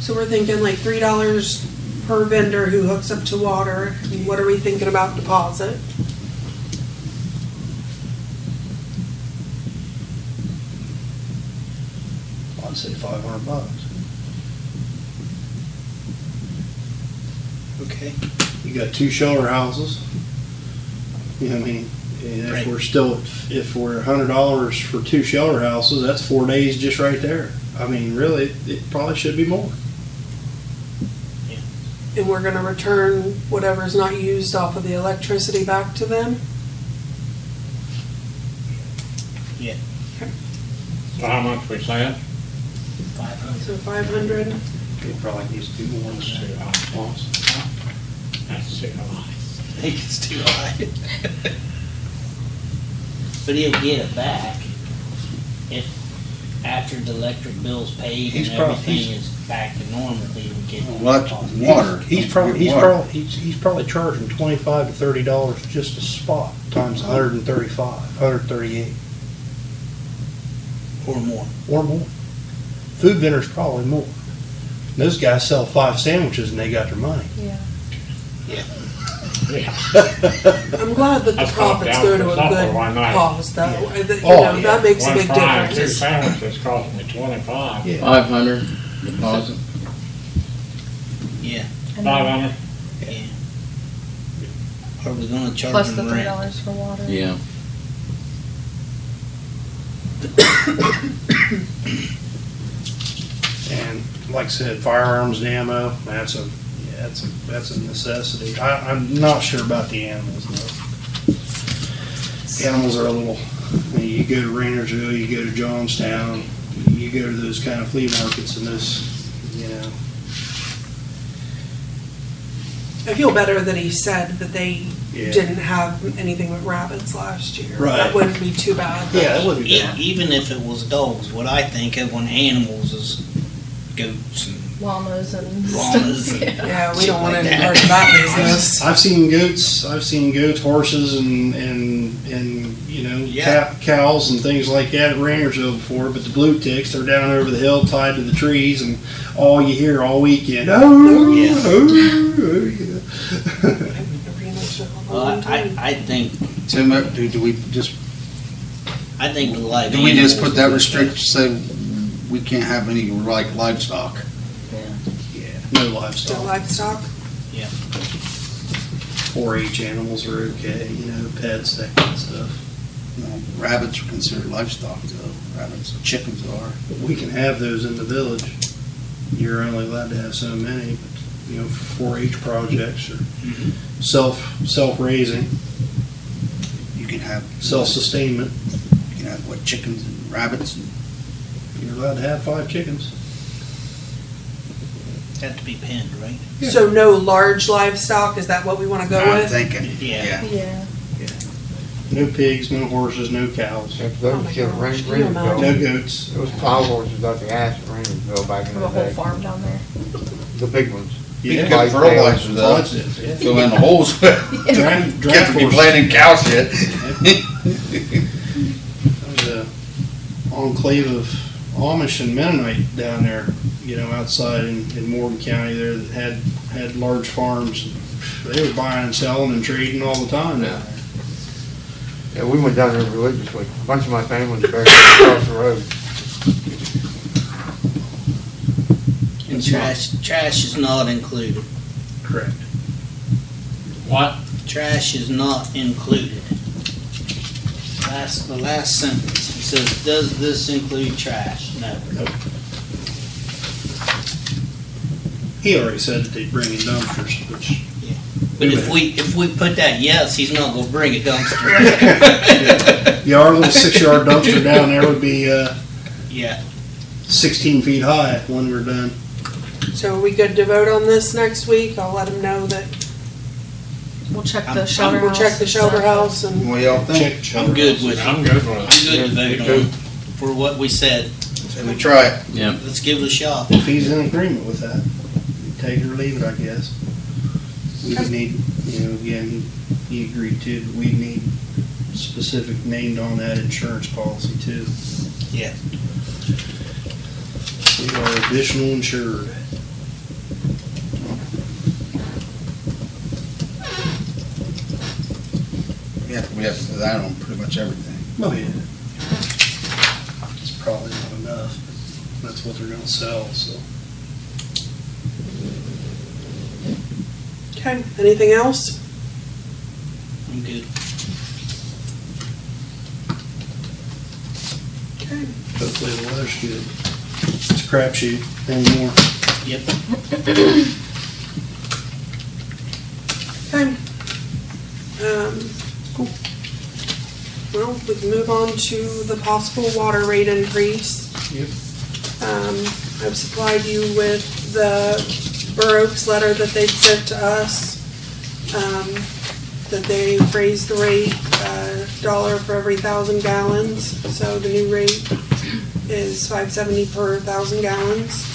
B: so we're thinking like three dollars per vendor who hooks up to water. And What are we thinking about deposit?
A: I'd say five hundred bucks.
F: Okay.
A: You got two shelter houses. You know, what I mean, and if
F: Right.
A: we're still, if we're a hundred dollars for two shelter houses, that's four days just right there. I mean, really, it probably should be more.
B: And we're gonna return whatever's not used off of the electricity back to them?
G: So how much we saying?
F: Five hundred.
B: So five hundred?
A: It probably needs to be more than that.
G: That's too high.
F: I think it's too high. But he'll get it back if, after the electric bill's paid and
D: He's prob-
F: everything
D: he's-
F: is back to normal, he would get. it
D: Elect-
F: off.
D: water.
A: He's probably, he's
D: Water.
A: probably, he's, he's probably charging twenty-five to thirty dollars just a spot, times a hundred and thirty-five, hundred and thirty-eight,
F: Or more.
A: or more. Food vendors probably more. Those guys sell five sandwiches and they got their money.
H: Yeah.
B: I'm glad that
G: I
B: the
G: stopped
B: profits
G: down
B: go
G: for
B: to a
G: supper
B: good
G: one night.
B: cause, though. I think, You
A: Oh,
B: know, that makes a
G: One
B: big
G: fry, two
B: difference.
G: sandwiches cost me twenty-five,
A: Yeah.
E: Five hundred deposit.
F: Yeah,
H: And
G: five
H: then
G: hundred
F: yeah. Are we gonna charge
H: Plus the
F: him
H: three
F: rent?
H: dollars for water.
E: Yeah.
A: And like I said, firearms and ammo, that's a, yeah, that's a, that's a necessity. I, I'm not sure about the animals though. Animals are a little, I mean, you go to Rainersville, you go to Johnstown, you go to those kind of flea markets and this, you know,
B: I feel better that he said that they
A: yeah.
B: didn't have anything but rabbits last year.
A: Right.
B: That wouldn't be too bad.
A: Yeah, that would be
F: E-
A: bad.
F: Even if it was dogs, what I think of when animals is goats and
H: Llamas and
F: Llamas
H: stuff.
F: and-
H: Yeah.
B: Yeah, we don't want
F: Like
B: any
F: that.
B: part of that business.
A: I've seen goats, I've seen goats, horses and, and, and, you know,
F: Yeah.
A: cow- cows and things like that at Rainersville before, but the blue ticks, they're down over the hill tied to the trees and all you hear all weekend, oh,
F: Yeah.
A: oh, oh, yeah.
F: Well, I, I I think,
D: Tim, uh, do, do we just,
F: I think the live.
D: do we just
F: animals
D: put that
F: would-
D: restrict, say, we can't have any like livestock?
A: No
B: Still livestock?
A: livestock, 4-H animals are okay, you know, pets, that kind of stuff.
D: You know, Rabbits are considered livestock though, rabbits, chickens are.
A: But we can have those in the village. You're only allowed to have so many, but, you know, for 4-H projects or
D: Mm-hmm.
A: self, self-raising,
D: You can have,
A: self-sustainment.
D: you can have what, chickens and rabbits and
A: You're allowed to have five chickens.
F: Have to be pinned, right?
A: Yeah.
B: So no large livestock, is that what we wanna go
D: I'm
B: with?
D: thinking,
F: Yeah.
D: yeah.
H: Yeah.
A: No pigs, no horses, no cows,
I: If
B: Oh
I: those
B: my
I: give
B: gosh,
I: Rain-
B: can you
I: Rainersville,
A: no goats.
I: those plow horses out the ass in Rainersville back in
H: Have a
I: the
H: whole
I: day,
H: farm down there.
I: the big ones.
D: You
A: Yeah.
D: can get fertilizer though,
A: Projects,
D: go in the holes,
A: yeah. Draft- draft
D: kids be
A: horses.
D: planting cow shit.
A: There's a enclave of Amish and Mennonite down there, you know, outside in, in Morgan County there that had, had large farms. They were buying and selling and trading all the time now.
I: Yeah, we went down there religiously. A bunch of my family was buried across the road.
D: Yeah,
F: And
A: It's not.
F: trash, trash is not included.
A: Correct.
G: What?
F: Trash is not included. Last, the last sentence, it says, does this include trash? No.
A: He already said that they bring in dumpsters, which,
F: But if we, if we put that yes, he's not gonna bring a dumpster.
A: yeah, our little six-yard dumpster down there would be, uh,
F: Yeah,
A: sixteen feet high when we're done.
B: So are we good to vote on this next week? I'll let them know that
H: We'll check
F: I'm-
H: the
F: I'm-
H: shelter
B: we'll
H: house.
B: check the shelter house and
D: What y'all think?
A: Check-
F: I'm good with it.
G: I'm good with it.
F: I'm good to vote on for what we said.
D: Let me try it.
E: yeah.
F: Let's give it a shot.
A: If he's in agreement with that, take it or leave it, I guess. We would need, you know, again, he agreed to, but we need specific named on that insurance policy too.
F: Yeah.
A: We are additional insured.
D: Yeah, we have to do that on pretty much everything.
A: Oh, yeah. It's probably not enough, but that's what they're gonna sell, so.
B: Okay, anything else?
F: I'm good.
B: Okay.
A: Hopefully the weather's good. It's a crapshoot anymore.
F: Yep.
B: Okay. Um, cool. Well, we can move on to the possible water rate increase.
A: Yep.
B: Um, I've supplied you with the Borough Oaks letter that they sent to us. Um, that they raised the rate, uh, dollar for every thousand gallons, so the new rate is five seventy per thousand gallons.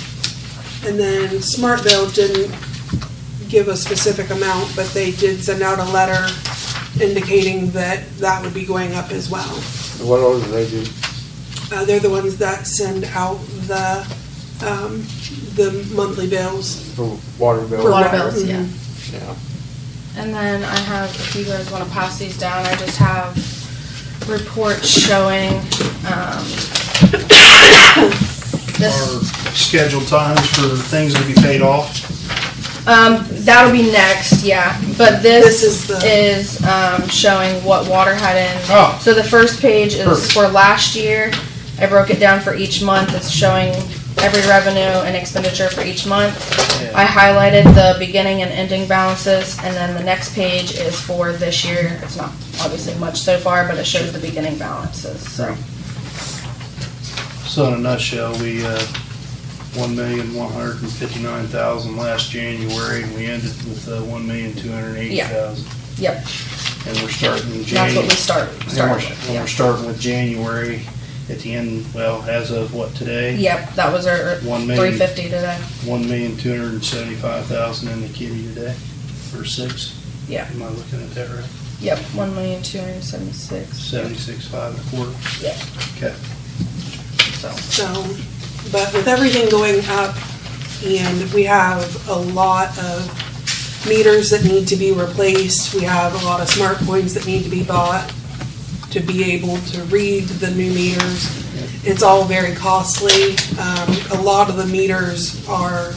B: And then Smartville didn't give a specific amount, but they did send out a letter indicating that that would be going up as well.
I: What order do they do?
B: Uh, they're the ones that send out the, um, the monthly bills.
I: For water bill?
B: for
H: Water
B: wa-
H: bills, yeah.
B: mhm.
I: Yeah.
H: And then I have, if you guys wanna pass these down, I just have reports showing, um, this,
A: Our scheduled times for things that be paid off.
H: um, that'll be next, yeah, but this
B: This is the-
H: is, um, showing what water had in.
A: Oh.
H: So the first page is
A: Perfect.
H: for last year, I broke it down for each month, it's showing every revenue and expenditure for each month. I highlighted the beginning and ending balances, and then the next page is for this year. It's not obviously much so far, but it shows the beginning balances, so.
A: So in a nutshell, we, uh, one million, one hundred and fifty-nine thousand last January, and we ended with, uh, one million, two hundred and eighty thousand.
H: Yep,
A: And we're starting in
H: that's
A: January.
H: what we start, start with,
A: And we're
H: yeah.
A: starting with January at the end, well, as of what, today?
H: Yep, that was our
A: One
H: three
A: million,
H: fifty today.
A: one million, two hundred and seventy-five thousand in the kitty today, or six.
H: Yeah.
A: Am I looking at that right?
H: Yep, one million, two hundred and seventy-six,
A: Seventy-six, five and a quarter.
H: so.
B: So, but with everything going up, and we have a lot of meters that need to be replaced, we have a lot of smart points that need to be bought to be able to read the new meters. It's all very costly. Um, a lot of the meters are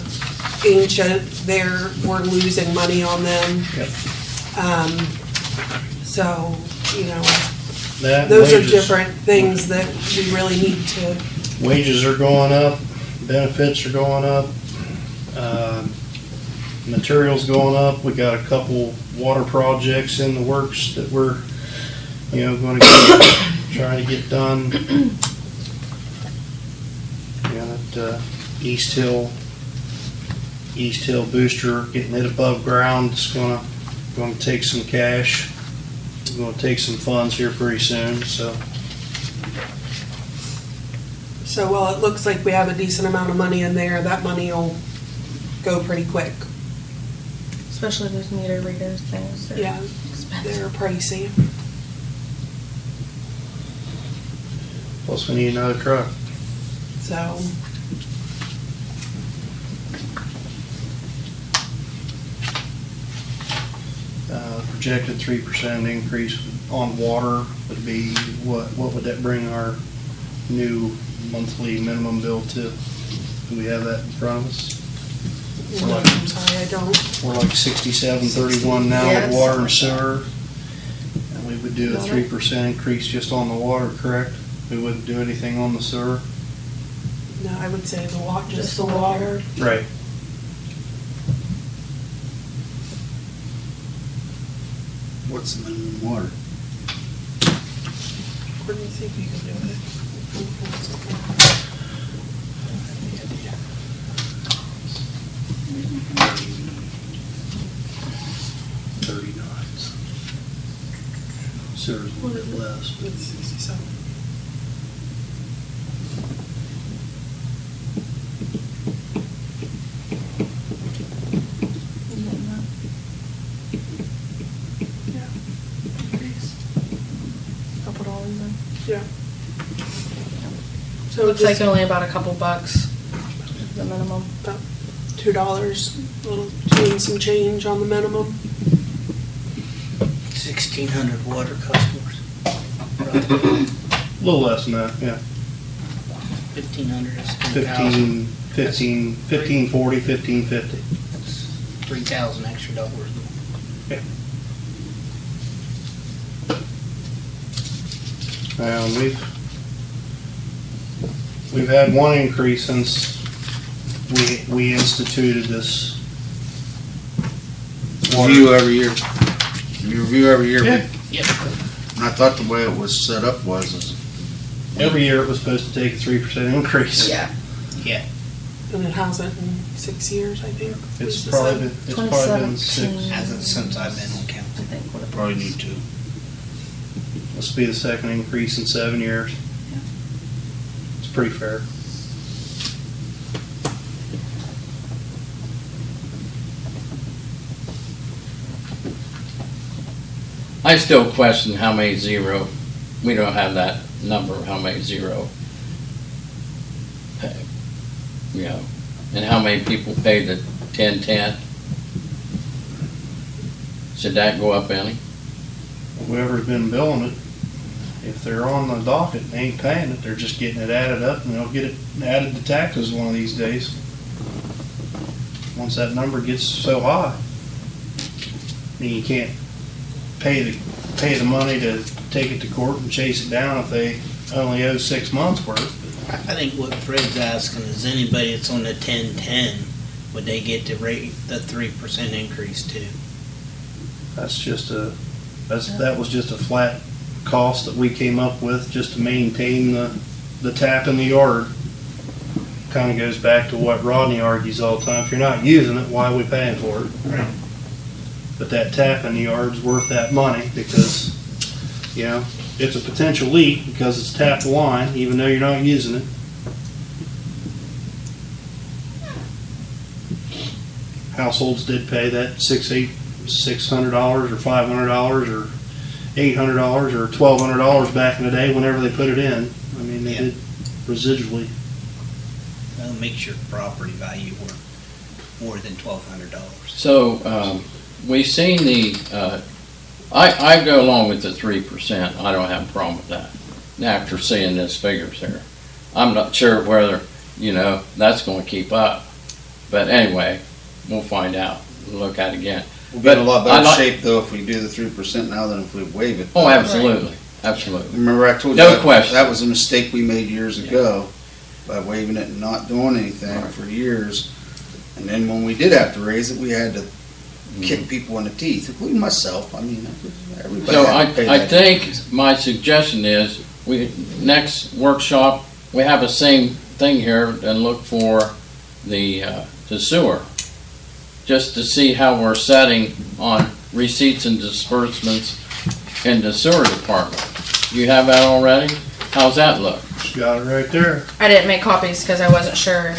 B: ancient, they're, we're losing money on them.
A: Yep.
B: Um, so, you know,
A: That and
B: those are
A: wages.
B: different things that we really need to
A: Wages are going up, benefits are going up, um, materials going up. We got a couple water projects in the works that we're, you know, gonna get, trying to get done. Yeah, that, uh, East Hill, East Hill Booster, getting it above ground, it's gonna, gonna take some cash. Gonna take some funds here pretty soon, so.
B: So while it looks like we have a decent amount of money in there, that money will go pretty quick.
H: Especially those meter readers things, they're
B: Yeah,
H: expensive.
B: they're pricey.
A: Plus, we need another truck.
B: So,
A: Uh, Projected three percent increase on water would be, what, what would that bring our new monthly minimum bill to? Do we have that in front of us? We're like,
B: I'm sorry, I don't.
A: we're like sixty-seven, thirty-one now with
H: Yes.
A: water and sewer. And we would do a three percent increase just on the water, correct? We wouldn't do anything on the sewer?
B: No, I would say the wa, just the water.
A: Right.
D: What's the minimum water?
B: Courtney, see if you can do it.
D: Thirty knots. Sewer's a little bit less.
B: It's sixty-seven.
H: Couple dollars in.
B: So
H: Looks like
B: just
H: only about a couple bucks, the minimum.
B: two dollars, little, two and some change on the minimum.
F: Sixteen hundred water customers,
A: A little less than that, yeah.
F: fifteen hundred is ten thousand.
A: Fifteen, fifteen, fifteen forty, fifteen fifty.
F: Three thousand extra dollars.
A: And we've, we've had one increase since we, we instituted this. water.
D: Review every year. You review every year.
A: Yeah.
F: Yep.
D: And I thought the way it was set up was, is
A: Every year it was supposed to take a three percent increase.
B: And it hasn't in six years, I think.
A: It's
B: Lisa
A: probably,
B: said.
A: been- it's probably been six,
H: 2017.
F: Hasn't since I've been on
H: I
F: council.
H: think what it
D: probably
H: was.
D: need to.
A: this will be the second increase in seven years. It's pretty fair.
E: I still question how many zero, we don't have that number of how many zero. pay, You know, and how many people pay the ten ten? Should that go up any?
A: Whoever's been billing it, if they're on the docket and ain't paying it, they're just getting it added up and they'll get it added to taxes one of these days. Once that number gets so high, I mean, you can't pay the, pay the money to take it to court and chase it down if they only owe six months worth.
F: I I think what Fred's asking is anybody that's on the ten-ten, would they get the rate, the three percent increase too?
A: That's just a, that's, that was just a flat cost that we came up with just to maintain the, the tap in the yard. Kinda goes back to what Rodney argues all the time, if you're not using it, why are we paying for it? But that tap in the yard's worth that money because, you know, it's a potential leak because it's tapped line, even though you're not using it. Households did pay that six, eight six hundred dollars or five hundred dollars or eight hundred dollars or twelve hundred dollars back in the day whenever they put it in. I mean, they
F: Yeah.
A: did residually.
F: That'll make your property value worth more than twelve hundred dollars.
E: So, um, we've seen the, uh, I, I go along with the three percent, I don't have a problem with that. Now, After seeing these figures here, I'm not sure whether, you know, that's gonna keep up. But anyway, we'll find out, We'll look at it again.
D: We'll be in a lot
E: But I
D: better
E: like-
D: shape though if we do the three percent now than if we waive it.
E: Oh, absolutely, absolutely.
D: Remember I told you.
E: No
D: that-
E: question.
D: That was a mistake we made years
E: Yeah.
D: ago by waiving it and not doing anything for years. And then when we did have to raise it, we had to
E: Mm-hmm.
D: kick people in the teeth, including myself. I mean, everybody
E: So I,
D: had to pay
E: I
D: that.
E: think my suggestion is, we, next workshop, we have the same thing here and look for the, uh, the sewer. Just to see how we're setting on receipts and disbursements in the sewer department. You have that already? How's that look?
A: Got it right there.
H: I didn't make copies because I wasn't sure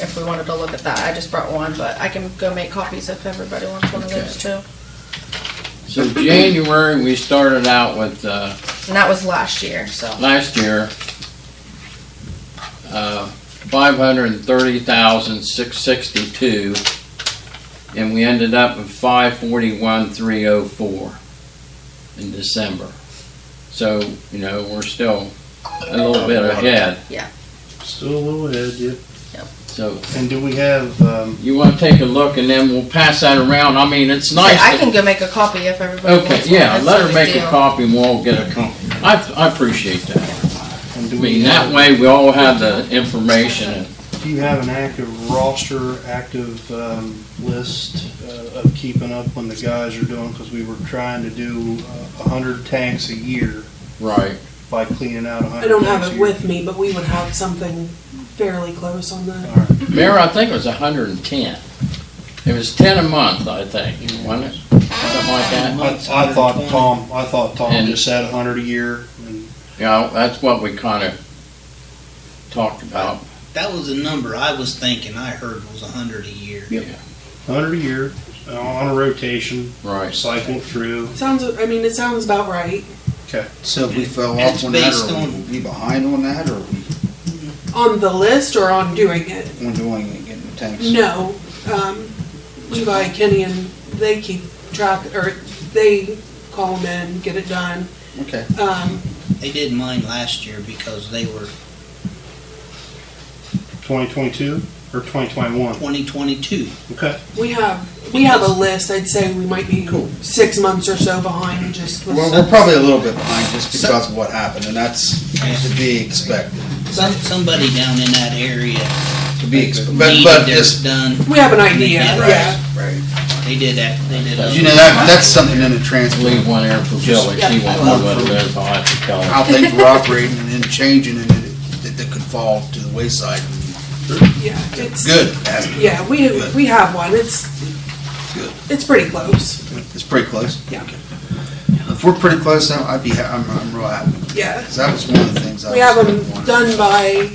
H: if we wanted to look at that. I just brought one, but I can go make copies if everybody wants one of those too.
E: So January, we started out with, uh,
H: And that was last year, so.
E: last year, uh, five hundred and thirty thousand, six sixty-two, and we ended up with five forty-one, three oh four in December. So, you know, we're still a little bit ahead.
A: Still a little ahead, yep.
E: So
A: And do we have, um,
E: you want to take a look and then we'll pass that around. I mean, it's nice.
H: I
E: that-
H: can go make a copy if everybody wants
E: Okay,
H: one.
E: yeah,
H: That's
E: let
H: no
E: her
H: big
E: make a
H: deal.
E: copy and we'll get a copy. I, I appreciate that.
A: and
E: I
A: do we
E: mean,
A: have,
E: that way we all have the information and
A: do you have an active roster, active um, list uh, of keeping up when the guys are doing, because we were trying to do uh, 100 tanks a year
E: Right.
A: by cleaning out 100 tanks
B: I don't have
A: a
B: it
A: year.
B: with me, but we would have something fairly close on that.
A: All right.
E: Mayor, I think it was hundred and ten. It was ten a month, I think, wasn't it? Something like that.
A: I, I thought Tom, I thought Tom
E: And-
A: just said a hundred a year, and
E: Yeah, that's what we kind of talked about.
F: That was the number I was thinking I heard was a hundred a year.
A: a hundred a year uh, on a rotation,
E: Right.
A: cycle it through.
B: Sounds, I mean, it sounds about right.
D: So if we fell
F: That's
D: off on that,
F: based
D: or
F: on-
D: we be behind on that, or we
B: On the list or on doing it?
D: on doing it, getting the tanks?
B: No. Um, Levi, Kenny, and they keep track, or they call them in, get it done.
D: Okay.
B: Um,
F: They did mine last year because they were
A: Twenty twenty-two or twenty twenty-one.
F: twenty twenty-two.
A: Okay,
B: we have, we have a list. I'd say we might be
D: Cool.
B: six months or so behind just with
D: Well,
B: some-
D: we're probably a little bit behind just because of what happened, and that's to be expected,
F: Some, somebody down in that area
D: to be expected, but,
F: needed
D: but
F: theirs
D: just,
F: done.
B: We have an idea,
F: Right.
B: yeah.
D: right.
F: They did that, they did.
D: You
F: others.
D: know, that, that's something in the transfer,
E: Leave one there for Jill, if she won't know what it is, I'll have to tell her.
D: how things were operating and then changing, and it, that, that could fall to the wayside.
B: Yeah, it's,
D: Good, that's,
B: yeah, we, we have one. It's,
D: Good.
B: it's pretty close.
D: it's pretty close.
B: Yeah.
D: If we're pretty close, I- I'd be, ha- I'm, I'm real happy,
B: Yeah.
D: 'cause that was one of the things I was.
B: We have them
D: wondering.
B: done by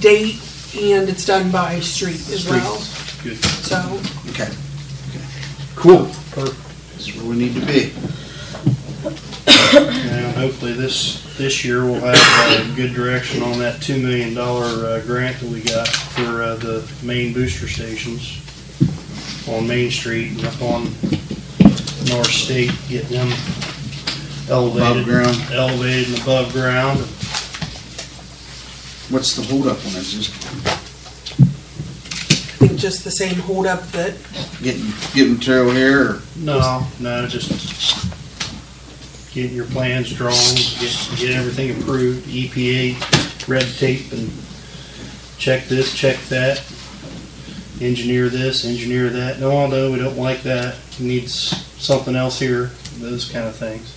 B: date and it's done by street as well.
A: Good.
B: So,
D: Okay. Cool. That's where we need to be.
A: and hopefully this, this year we'll have uh good direction on that two million dollar uh, grant that we got for uh, the main booster stations on Main Street and up on North State, getting them
D: Above
A: elevated,
D: ground.
A: elevated and above ground.
D: What's the holdup on this? Just
B: I think just the same holdup that
D: getting, getting material here or?
A: No, no, just get your plans drawn, get, get everything approved, EPA red tape and check this, check that, engineer this, engineer that, no, no, we don't like that, needs something else here, those kind of things.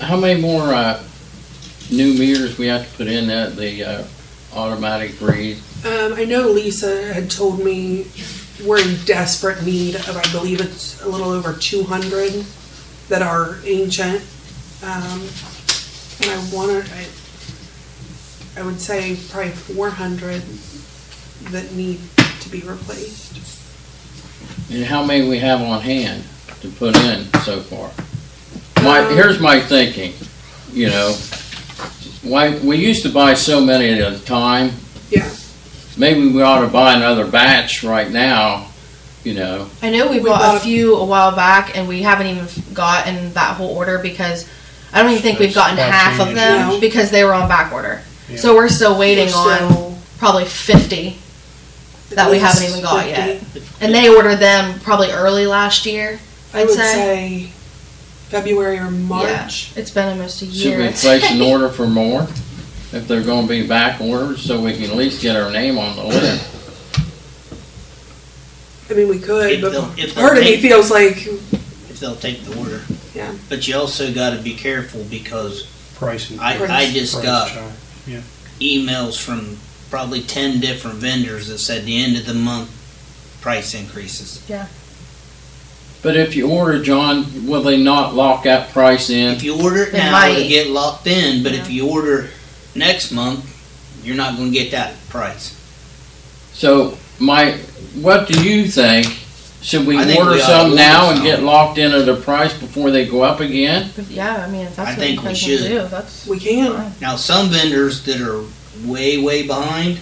E: How many more, uh, new meters we have to put in that, the, uh, automatic read?
B: Um, I know Lisa had told me we're in desperate need of, I believe it's a little over two hundred that are ancient. Um, and I wanna, I, I would say probably four hundred that need to be replaced.
E: And how many we have on hand to put in so far? My, here's my thinking, you know, why, we used to buy so many at a time.
B: Yeah.
E: Maybe we ought to buy another batch right now, you know,
H: I know we
B: We
H: bought a
B: bought-
H: few a while back, and we haven't even gotten that whole order because I don't even think we've gotten
A: Supply
H: half of
A: chain
H: them
B: issues.
H: because they were on back order.
A: Yeah.
H: So we're still waiting
B: We're
H: on
B: still
H: probably 50,
B: at
H: that we haven't
B: least
H: even got
B: 50.
H: yet. and they ordered them probably early last year.
B: I would say February or March.
H: It's been almost a
E: should
H: year.
E: we place an order for more? If they're gonna be back orders, so we can at least get our name on the list.
B: I mean, we could,
F: If
B: but
F: they'll- if they'll
B: part of me
F: take-
B: feels like,
F: If they'll take the order.
B: Yeah.
F: But you also gotta be careful because
A: Pricing.
F: I, I just
A: price
F: got
A: chart.
F: emails from probably ten different vendors that said the end of the month price increases.
E: But if you order, John, will they not lock that price in?
F: If you order it
H: They
F: now, it'll
H: might.
F: get locked in, but if
H: Yeah.
F: you order next month, you're not gonna get that price.
E: So, my, what do you think? Should we
F: I think
E: order
F: we ought to
E: some
F: order
E: now and
F: some.
E: get locked in at a price before they go up again?
H: yeah, I mean, if that's
F: I
H: what
F: think
H: you
F: we
H: guys
F: should.
H: want to do, that's
B: we can.
H: fine.
F: Now, some vendors that are way, way behind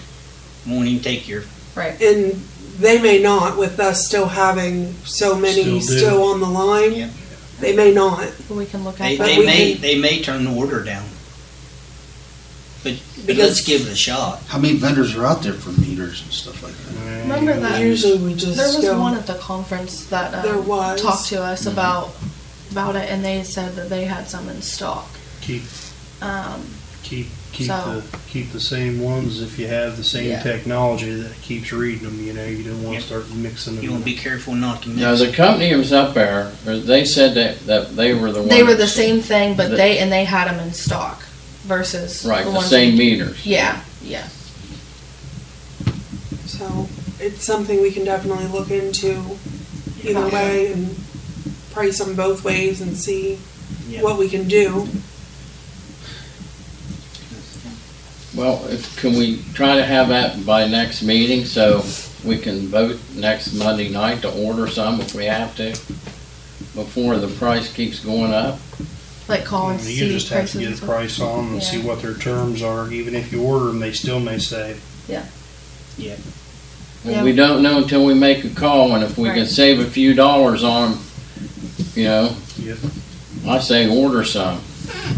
F: won't even take your
B: And they may not, with us still having so many
A: Still do.
B: still on the
F: Yeah.
B: line, they may not.
H: We can look at
F: They,
H: that.
F: they
B: we
F: may,
B: can-
F: they may turn the order down. But let's give it a shot.
D: How many vendors are out there for meters and stuff like that?
H: Remember that?
B: Usually we just
H: There was
B: go.
H: one at the conference that um,
B: There was.
H: talked to us about about it, and they said that they had some in stock.
A: Keep,
H: Um,
A: keep, keep
H: So-
A: the, keep the same ones if you have the same
H: Yeah.
A: technology that keeps reading them, you know, you don't wanna
F: Yeah.
A: start mixing them.
F: You wanna be careful not to mix.
E: Now, the company was up there, or they said that, that they were the ones.
H: they were the same thing, but
E: The-
H: they and they had them in stock versus
E: Right,
H: the
E: the
H: ones
E: same
H: we-
E: meters.
H: Yeah, yeah.
B: So it's something we can definitely look into either way and price them both ways and see
F: Yeah.
B: what we can do.
E: Well, if, can we try to have that by next meeting, so we can vote next Monday night to order some if we have to, before the price keeps going up?
H: Like call
A: You
H: and
A: know,
H: see
A: You just have
H: prices
A: to
H: and
A: get a
H: stuff.
A: price on them and see
H: Yeah.
A: what their terms are, even if you order them, they still may say,
E: And we don't know until we make a call, and if we can
H: Right.
E: save a few dollars on, 'em, you know,
A: Yep.
E: I say order some.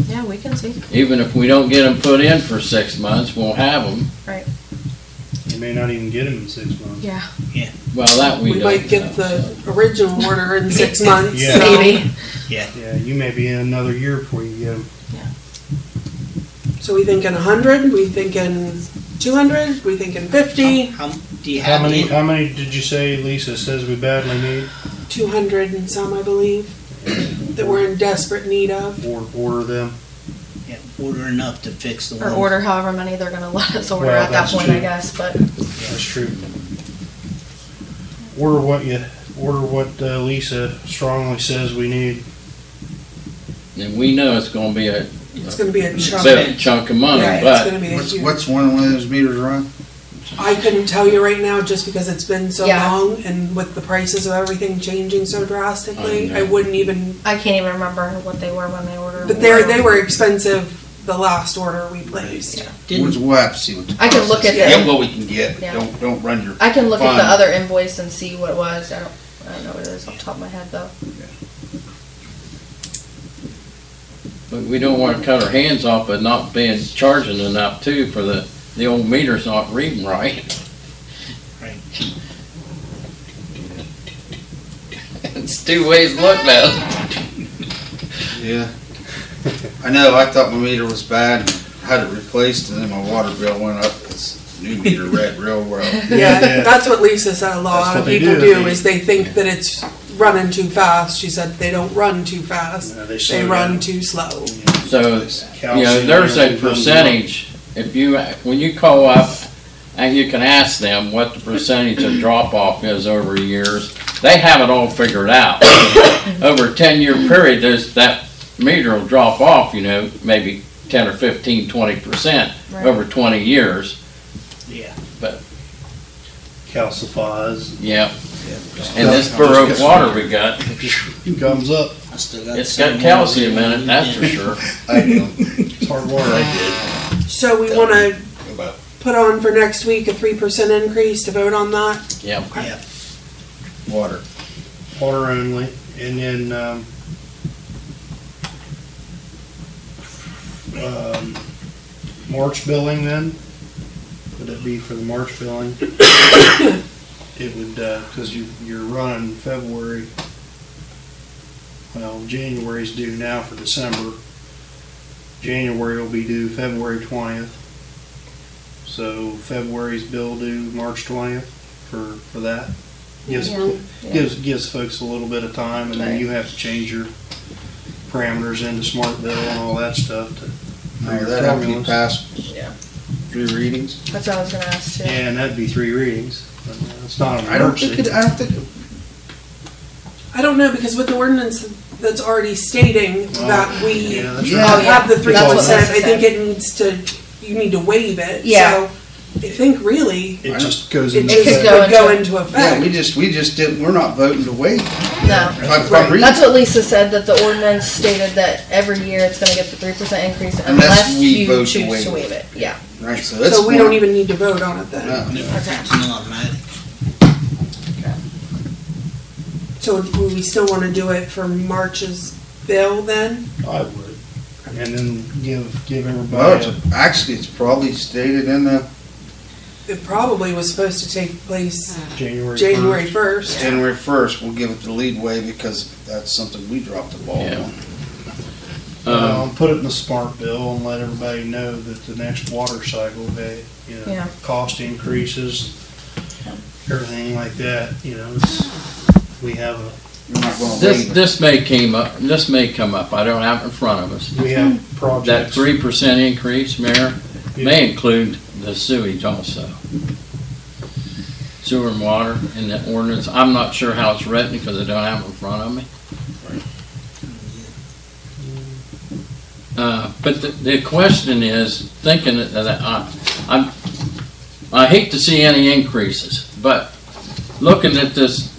H: Yeah, we can see.
E: Even if we don't get them put in for six months, we'll have them.
A: you may not even get them in six months.
H: Yeah,
E: Well, that we
B: We
E: don't
B: might get
E: know, so.
B: the original order in six months,
A: Yeah.
B: so-
H: maybe.
A: Yeah, you may be in another year before you get them.
B: So we thinking hundred, we thinking two hundred, we thinking fifty,
F: How, how- do you
A: How
F: have
A: many,
F: any?
A: how many did you say, Lisa, says we badly need?
B: two hundred and some, I believe, that we're in desperate need of.
A: Or order them?
F: Yeah, Order enough to fix the
H: Or
F: one.
H: order however many they're gonna let us order
A: Well,
H: at that
A: that's
H: point,
A: true.
H: I guess, but.
A: That's true. Order what you, order what uh, Lisa strongly says we need.
E: And we know it's gonna be a
B: It's gonna be a chunk.
E: big chunk of money,
B: Right,
E: but
B: It's gonna be a
D: What's,
B: huge.
D: what's one of those meters around?
B: I couldn't tell you right now, just because it's been so
H: Yeah.
B: long, and with the prices of everything changing so drastically,
E: I
B: I
E: know.
B: wouldn't even,
H: I can't even remember what they were when they ordered.
B: but they're, they were expensive the last order we placed.
D: Where's,
F: Didn't,
D: we'll have to see what. the
H: I can
D: price
H: look
D: is.
H: at the-
D: Get what we can get, but
H: Yeah.
D: don't, don't run your.
H: I can look at
D: fund.
H: the other invoice and see what it was. I don't, I don't know what it is off the top of my head though.
E: But we don't wanna cut our hands off but not being charging enough too for the, the old meter's not reading right.
F: Right.
E: It's two ways to look now.
D: Yeah. I know, I thought my meter was bad and had it replaced and then my water bill went up because new meter read real well.
B: Yeah, that's what Lisa said, a lot
A: That's
B: of
A: what they
B: people
A: do.
B: do, is they think that it's running too fast, she said they don't run too fast,
A: No, they slow
B: they
A: down.
B: run too slow.
E: So, you know, there's a percentage, if you, when you call up, and you can ask them what the percentage of drop-off is over years, they have it all figured out. Over a ten-year period, there's, that meter will drop off, you know, maybe ten or fifteen, twenty percent
H: Right.
E: over twenty years,
F: yeah.
A: Calcifies,
E: yeah.
D: Yeah.
E: And this borough water we got,
A: comes up,
F: I still got.
E: it's
F: the
E: got
F: same
E: calcium
F: one.
E: in it, that's for sure.
D: I do.
A: it's hard water.
B: So we wanna
D: About
B: put on for next week a three percent increase to vote on that,
E: Yeah,
F: Yeah.
D: water.
A: water only, and then, um, um, March billing then, would it be for the March billing? It would, uh, cause you, you're running February, well, January's due now for December. January will be due February twentieth. So February's bill due March twentieth for, for that. Gives,
H: Yeah, yeah.
A: gives, gives folks a little bit of time, and then you have to change your parameters into Smart Bill and all that stuff to, for
D: Now,
A: your
D: that have to be
A: formulas.
D: passed
H: Yeah.
D: three readings.
H: That's what I was gonna ask too.
A: Yeah, and that'd be three readings, but uh, it's not an
D: I don't think
A: emergency.
D: it, I don't think,
B: I don't know, because with the ordinance that's already stating that we
A: Yeah, that's
D: Yeah.
A: right.
H: Oh, yeah.
B: have the three
H: That's what
B: percent, I
H: Melissa
B: think
H: said.
B: it needs to, you need to waive it,
H: Yeah.
B: so I think really,
A: It just goes
B: it
A: into
H: could
B: just
A: effect.
H: go
B: would go
H: into-
B: into
D: yeah,
B: effect.
D: we just, we just didn't, we're not voting to wait.
H: No.
D: If I- if I'm reading-
H: That's what Lisa said, that the ordinance stated that every year it's gonna get the three percent increase
D: Unless
H: unless
D: we
H: you
D: vote to
H: choose
D: waive
H: to
D: it.
H: waive it, yeah.
D: Right, so that's.
B: So we don't
D: one-
B: even need to vote on it then.
D: No.
F: It's not automatic.
B: So do we still want to do it for March's bill then?
A: I would. and then give, give
D: Well,
A: everybody a
D: it's- actually, it's probably stated in the
B: It probably was supposed to take place
A: January
B: January
A: 1st.
B: first.
D: January first, we'll give it the lead way because that's something we dropped the ball
E: Yeah.
D: on.
E: Um,
A: Um, put it in the smart bill and let everybody know that the next water cycle, that, you
H: Yeah.
A: know, cost increases, everything like that, you know, it's, we have a,
D: We're not gonna
E: This,
D: waive it.
E: this may came up, this may come up, I don't have it in front of us.
A: we have projects.
E: That three percent increase, Mayor, may include the sewage also. Sewer and water in the ordinance, I'm not sure how it's written because I don't have it in front of me. Uh, but the, the question is, thinking that, that I, I'm, I hate to see any increases, but looking at this,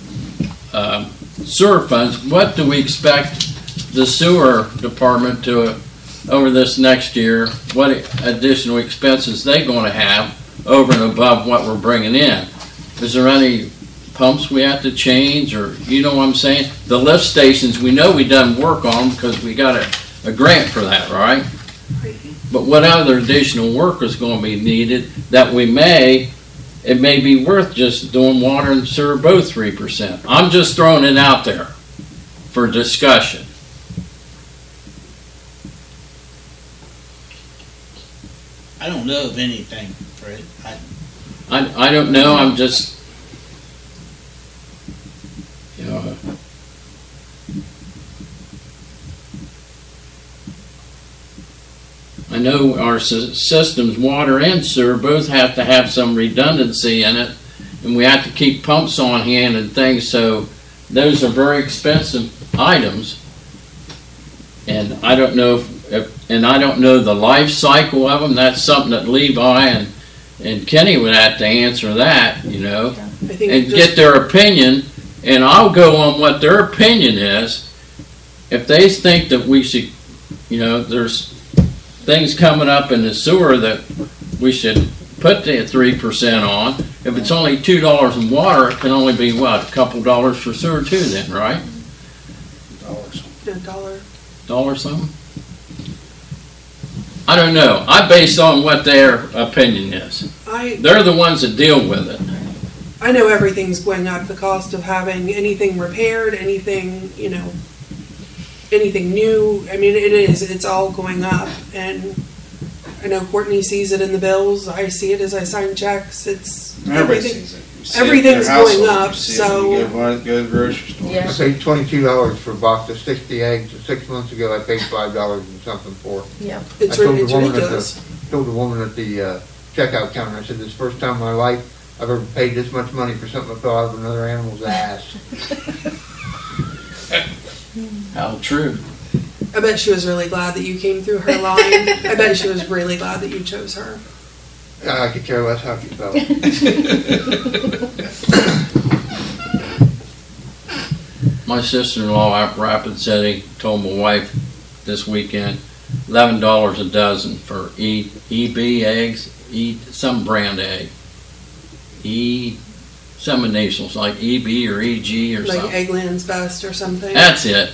E: um, sewer funds, what do we expect the sewer department to, uh, over this next year, what additional expenses they gonna have over and above what we're bringing in? Is there any pumps we have to change, or, you know what I'm saying? The lift stations, we know we done work on because we got a, a grant for that, right? But what other additional work is gonna be needed that we may, it may be worth just doing water and sewer both three percent? I'm just throwing it out there for discussion.
F: I don't know of anything, Fred. I,
E: I, I don't know, I'm just, you know, I know our sy- systems, water and sewer, both have to have some redundancy in it, and we have to keep pumps on hand and things, so those are very expensive items. And I don't know if- if, and I don't know the life cycle of them, that's something that Levi and and Kenny would have to answer that, you know,
B: I think
E: and
B: just-
E: get their opinion, and I'll go on what their opinion is. If they think that we should, you know, there's things coming up in the sewer that we should put the three percent on. If it's only two dollars in water, it can only be what, a couple dollars for sewer too then, right?
D: Dollars.
B: a dollar.
E: Dollar something? I don't know. I base on what their opinion is.
B: I
E: They're the ones that deal with it.
B: I know everything's going up. The cost of having anything repaired, anything you know, anything new. I mean, it is. It's all going up, and I know Courtney sees it in the bills. I see it as I sign checks. It's
D: Everybody
B: everything.
D: sees it. You see it in
B: everything's
D: their household,
B: going up,
D: you see it
B: so-
D: when you Go to- go to the grocery store.
H: Yeah.
I: Say twenty-two dollars for a box of sixty eggs, six months ago I paid five dollars and something for it.
H: Yeah.
B: It's,
I: I told
B: ri-
I: the
B: it's
I: woman at the-
B: ridiculous.
I: Told the woman at the uh, checkout counter, I said, this is the first time in my life I've ever paid this much money for something that fell out of another animal's ass.
E: How true.
B: I bet she was really glad that you came through her line. I bet she was really glad that you chose her.
I: I could care less how you spell it.
E: My sister-in-law out in Rapid City told my wife this weekend, eleven dollars a dozen for E, EB eggs, E, some brand egg. E, some initials, like EB or EG or
B: like
E: something.
B: Eggland's best or something.
E: That's it.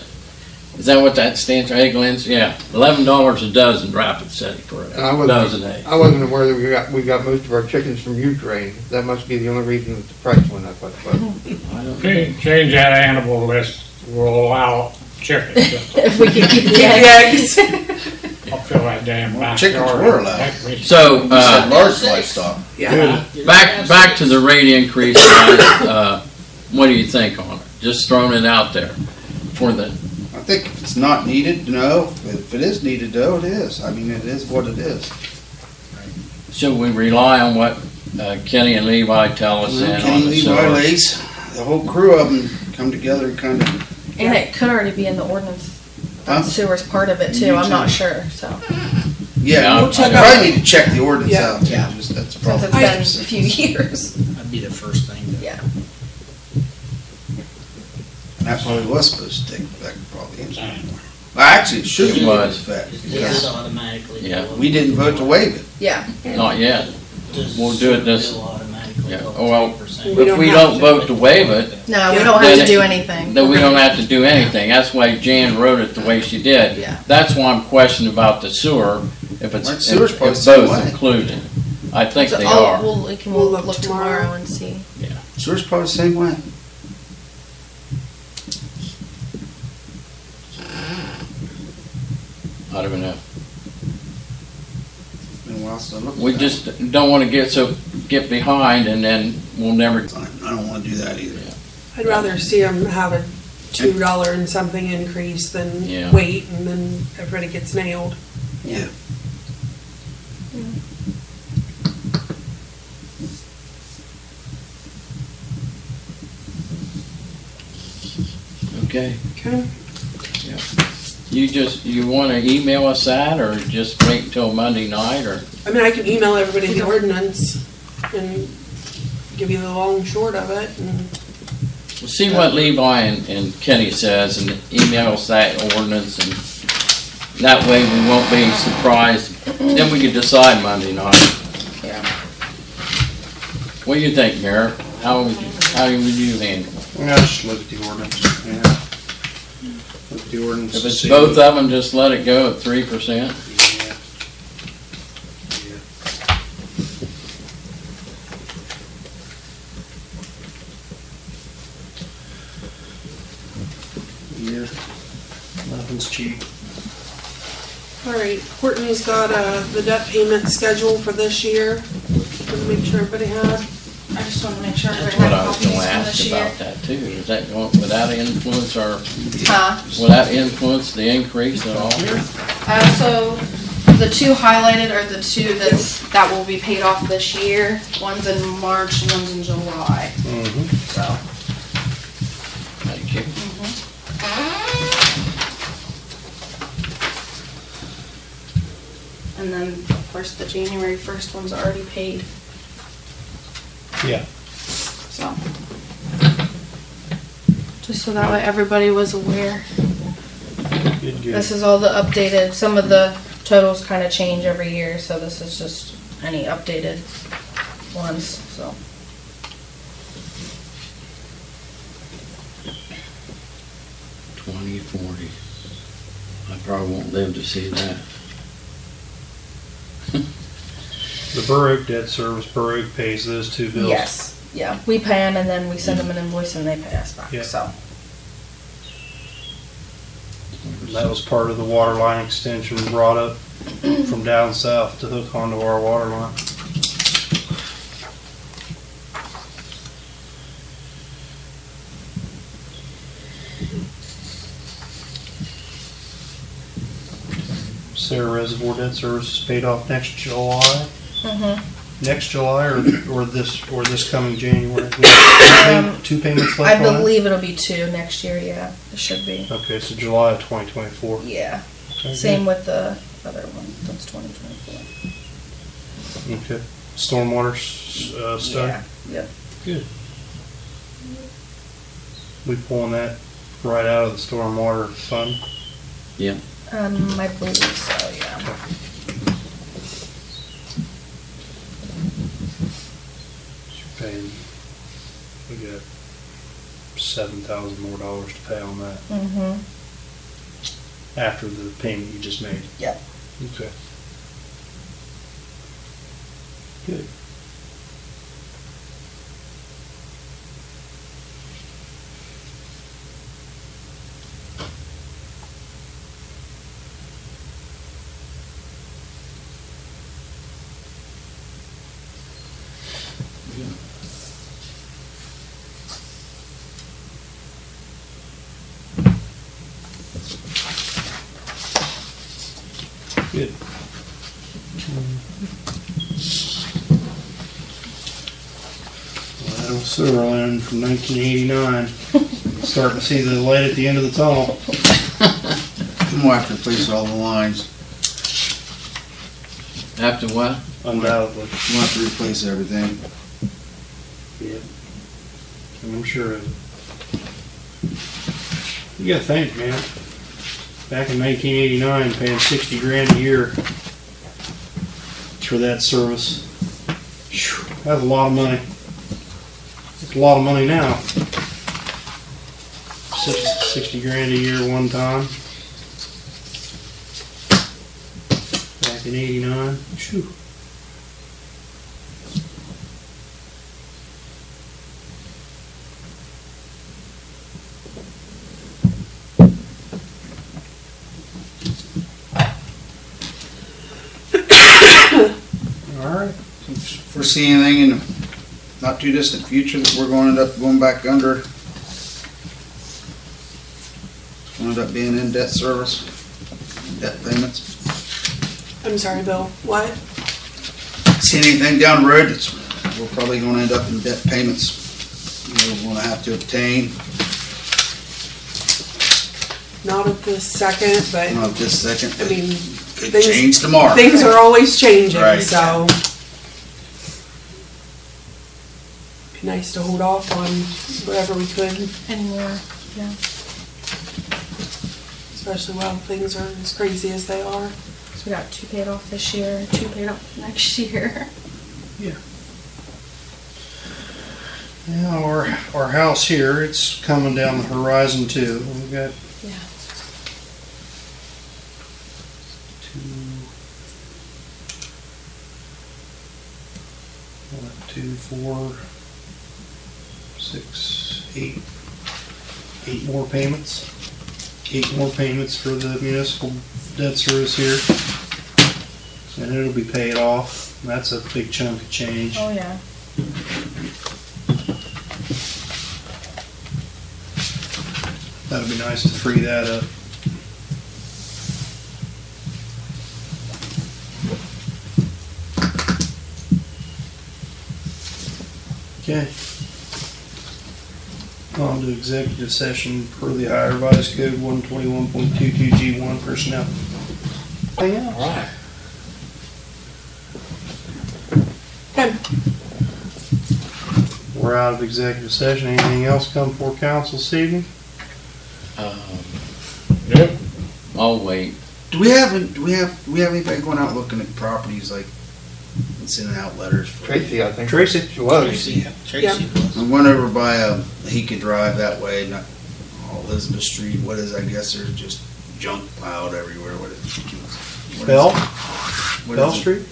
E: Is that what that stands for, Egglands? Yeah, eleven dollars a dozen, Rapid City for a
I: And I wasn't-
E: dozen eggs.
I: I wasn't aware that we got, we got most of our chickens from Ukraine. That must be the only reason that the price went up, I suppose.
E: I don't-
G: Change change that animal list, we'll allow chickens.
H: If we could keep the
B: Yeah,
H: eggs.
B: eggs.
G: I'll fill that damn
D: Well,
G: backyard.
D: chickens were allowed.
G: Heck, we-
E: So,
D: You
E: uh,
D: said large livestock.
B: Yeah.
E: Back, back to the rate increase, guys, uh, what do you think on it? Just throwing it out there for the,
D: I think if it's not needed, no. If it is needed, though, it is. I mean, it is what it is.
E: should we rely on what uh, Kenny and Levi tell us and on
D: Kenny
E: the
D: Levi
E: sewer?
D: Lace, the whole crew of them come together and kind of,
H: And it could already be in the ordinance.
D: Huh?
H: Sewer's part of it too,
D: You
H: I'm
D: too.
H: not sure, so.
E: Yeah,
D: yeah.
E: We'll check out.
D: Probably need to check the ordinance
B: Yeah.
D: out, too, just, that's
H: Since
D: probably.
H: it's been a few years.
F: That'd be the first thing to
D: That probably was supposed to take back probably. in January. Well, actually, it should have
E: It
D: been in
E: was.
D: effect.
F: Yes,
D: because
F: automatically.
E: Yeah.
D: We didn't vote to waive it.
H: Yeah,
E: Not yet.
F: Does
E: We'll do it this-
F: Bill automatically.
E: Yeah,
F: above
E: oh, well,
F: 10%.
B: We
E: If we
B: don't
E: don't vote to waive it,
H: No, we don't have to do anything.
E: then we don't have to do anything. That's why Jan wrote it the way she did.
H: Yeah.
E: That's why I'm questioning about the sewer, if it's,
D: Aren't
E: if
D: sewers
E: if
D: probably the same
E: both
D: way?
E: included. I think
H: So
E: they
H: I'll-
E: are.
H: We'll, we can
B: We'll
H: look,
B: look tomorrow.
H: tomorrow and see.
D: Sewer's probably the same way.
E: I don't know.
D: Been a while since I looked at
E: We
D: that.
E: just don't want to get so, get behind and then we'll never
D: I I don't wanna do that either.
B: I'd rather see them have a two dollar and something increase than
E: Yeah.
B: wait and then everybody gets nailed.
D: Yeah.
E: Okay.
B: Okay.
E: You just, you want to email us that or just wait until Monday night or?
B: I mean, I can email everybody the ordinance and give you the long and short of it and.
E: We'll see what Levi and, and Kenny says and email us that ordinance and that way we won't be surprised. Then we can decide Monday night.
D: Yeah.
E: What do you think, Mayor? How would you, how would you handle it?
A: Yeah, just look at the ordinance, yeah. Look at the ordinance.
E: If
A: and
E: it's
A: see
E: both
A: what-
E: of them, just let it go at three percent?
A: Yeah. Yeah. Yeah, nothing's cheap.
B: All right, Courtney's got, uh, the debt payment schedule for this year. Let me make sure everybody has.
H: I just want to make sure
E: That's what I was gonna ask about that too. Is that going, would that influence our,
H: Huh?
E: would that influence the increase at all?
H: Uh, so the two highlighted are the two that's, that will be paid off this year. One's in March, and one's in July. So.
A: Mm-hmm.
E: Thank you.
H: Mm-hmm. And then, of course, the January first one's already paid,
A: Yeah.
H: so. Just so that way everybody was aware.
A: Good, good.
H: This is all the updated, some of the totals kinda change every year, so this is just any updated ones, so.
E: Twenty forty. I probably won't live to see that.
A: The Borough debt service, Borough pays those two bills.
H: Yes, yeah, we pay 'em and then we send them an invoice and they pay us back,
A: Yeah.
H: so.
A: And That was part of the water line extension brought up from down south to hook onto our water line. Sarah Reservoir debt service is paid off next July,
H: Mhm.
A: next July or, or this, or this coming January? We have Two pay- two payments
H: I
A: left on that?
H: believe it'll be two next year, yeah, it should be,
A: Okay, so July of twenty twenty-four.
H: yeah. Same with the other one, that's twenty twenty-four.
A: Okay, stormwater s- uh, study?
H: Yeah, yep.
A: We pulling that right out of the stormwater fund?
H: Um, I believe so, yeah.
A: You're paying, we got seven thousand more dollars to pay on that
H: Mm-hmm.
A: after the payment you just made.
H: Yep.
A: Okay. Good. Good. Well, sewer line from nineteen eighty-nine, starting to see the light at the end of the tunnel.
D: Come on, I have to replace all the lines.
E: After what?
A: Undoubtedly.
D: I'm gonna have to replace everything.
A: I'm sure of it. You gotta think, man. Back in 1989, paying 60 grand a year for that service. Phew, That's a lot of money. It's a lot of money now. Six- Sixty grand a year one time. Back in eighty-nine, shoo. All right.
D: Foresee anything in the not too distant future that we're going to end up going back under? It's going to end up being in debt service, debt payments.
B: I'm sorry, Bill. What?
D: See anything down the road that's, we're probably going to end up in debt payments. We're going to have to obtain,
B: Not at this second, but
D: not this second,
B: I
D: but
B: mean,
D: could
B: things-
D: change tomorrow.
B: things are always changing,
D: Right.
B: so. Be nice to hold off on whatever we could,
H: Anymore.
B: especially while things are as crazy as they are.
H: So we got two paid off this year, two paid off next year.
A: Yeah, our, our house here, it's coming down the horizon too. We've got
H: Yeah.
A: two, what, two, four, six, eight, eight more payments. Eight more payments for the municipal debt service here. And it'll be paid off. That's a big chunk of change.
H: Oh, yeah.
A: That'd be nice to free that up. Okay. On to executive session per the Ohio Revised Code one twenty-one point two-two G one personnel. Anything else?
G: All right.
A: We're out of executive session. Anything else come for council this evening?
G: Uh, Yep.
E: I'll wait.
D: Do we have, do we have, do we have anybody going out looking at properties like, and sending out letters? for-
I: Tracy, I think.
A: Tracy?
I: She was.
F: Tracy, Tracy was.
D: I went over by um, he could drive that way, not oh, Elizabeth Street. What is? I guess there's just junk piled everywhere. What is? What is
A: Bell,
D: What is
A: Bell
D: it?
A: Street,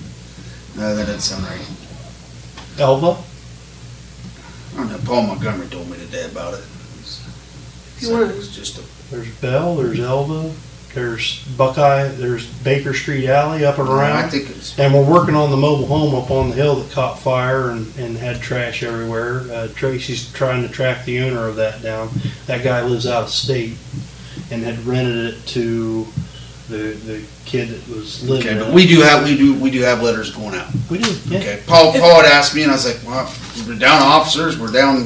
D: No, that doesn't sound right.
A: Elva.
D: I don't know. Paul Montgomery told me today about it.
B: You
D: So
B: wanna-
D: it was just a
A: There's Bell, there's Elva, there's Buckeye, there's Baker Street Alley up and
D: I
A: around.
D: think it's
A: And we're working on the mobile home up on the hill that caught fire and, and had trash everywhere. Uh, Tracy's trying to track the owner of that down. That guy lives out of state and had rented it to the, the kid that was living
D: okay,
A: in
D: but
A: it.
D: we do have we do we do have letters going out.
A: We do, yeah.
D: Okay, Paul Paul had asked me, and I was like, "Well, we're down officers. We're down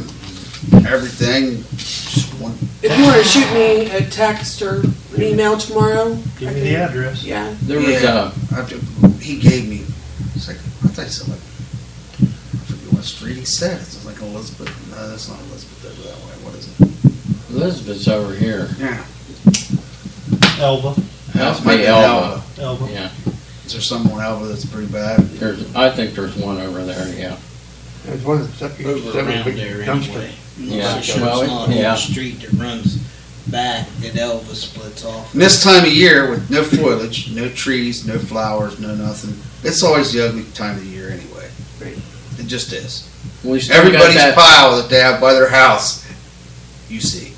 D: everything." Just one
B: If you wanna shoot me a text or an email tomorrow, I
A: Give me the
B: can-
A: address.
B: yeah.
E: There was
D: Yeah.
E: a,
D: I do- he gave me, it's like, I thought he said like, I forget what street he said. It's like Elizabeth. No, that's not Elizabeth over that way. What is it?
E: Elizabeth's over here.
D: Yeah.
A: Elva,
E: That's
D: Might
E: me,
D: be
E: Elva.
A: Elva.
E: Yeah,
D: Is there someone Alva that's pretty bad?
E: there's, I think there's one over there, yeah.
I: There's one that's up here.
F: over around there anyway.
E: Yeah.
F: It's a short
E: Well, it-
F: slot on
E: yeah.
F: the street that runs back that Elvis splits off.
D: And this time of year with no foliage, no trees, no flowers, no nothing. It's always the ugly time of the year anyway.
B: Right.
D: It just is.
E: We still got
D: Everybody's
E: that-
D: pile that they have by their house, you see.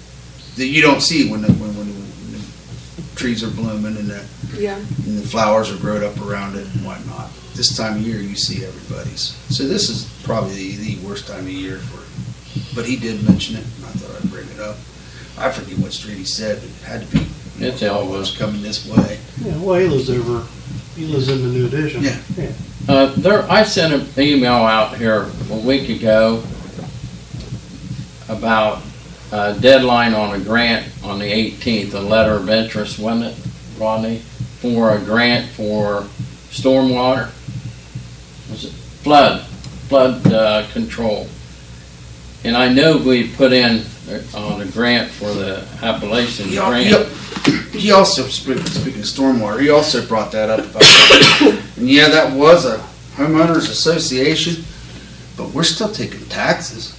D: That you don't see when the, when, when, when the trees are blooming and the
B: Yeah,
D: and the flowers are growed up around it and whatnot. This time of year, you see everybody's. So this is probably the, the worst time of year for. But he did mention it, and I thought I'd bring it up. I forget what street he said, but it had to be.
E: It's Elwood.
D: was coming this way.
A: Yeah, well, he lives over, he lives in the new addition.
D: Yeah.
E: Uh, there, I sent an email out here a week ago about a deadline on a grant on the 18th, a letter of interest, wasn't it, Rodney, for a grant for stormwater? Was it flood, flood uh, control? And I know we put in uh, on a grant for the Appalachian
D: He, al-
E: grant.
D: he al- he also, speaking, speaking of stormwater, he also brought that up. About that. and yeah, that was a homeowners association, but we're still taking taxes.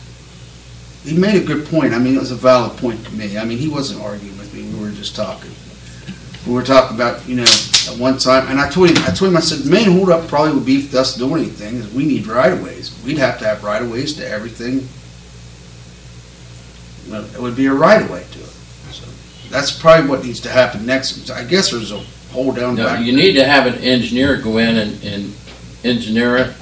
D: he made a good point. I mean, it was a valid point to me. I mean, he wasn't arguing with me. We were just talking. We were talking about, you know, at one time, and I told him, I told him, I said, the main holdup probably would be for us doing anything is we need right of ways. We'd have to have right of ways to everything. Well, It would be a right of way to it. So that's probably what needs to happen next. I guess there's a hole down
E: No,
D: back.
E: you need to have an engineer go in and, and engineer it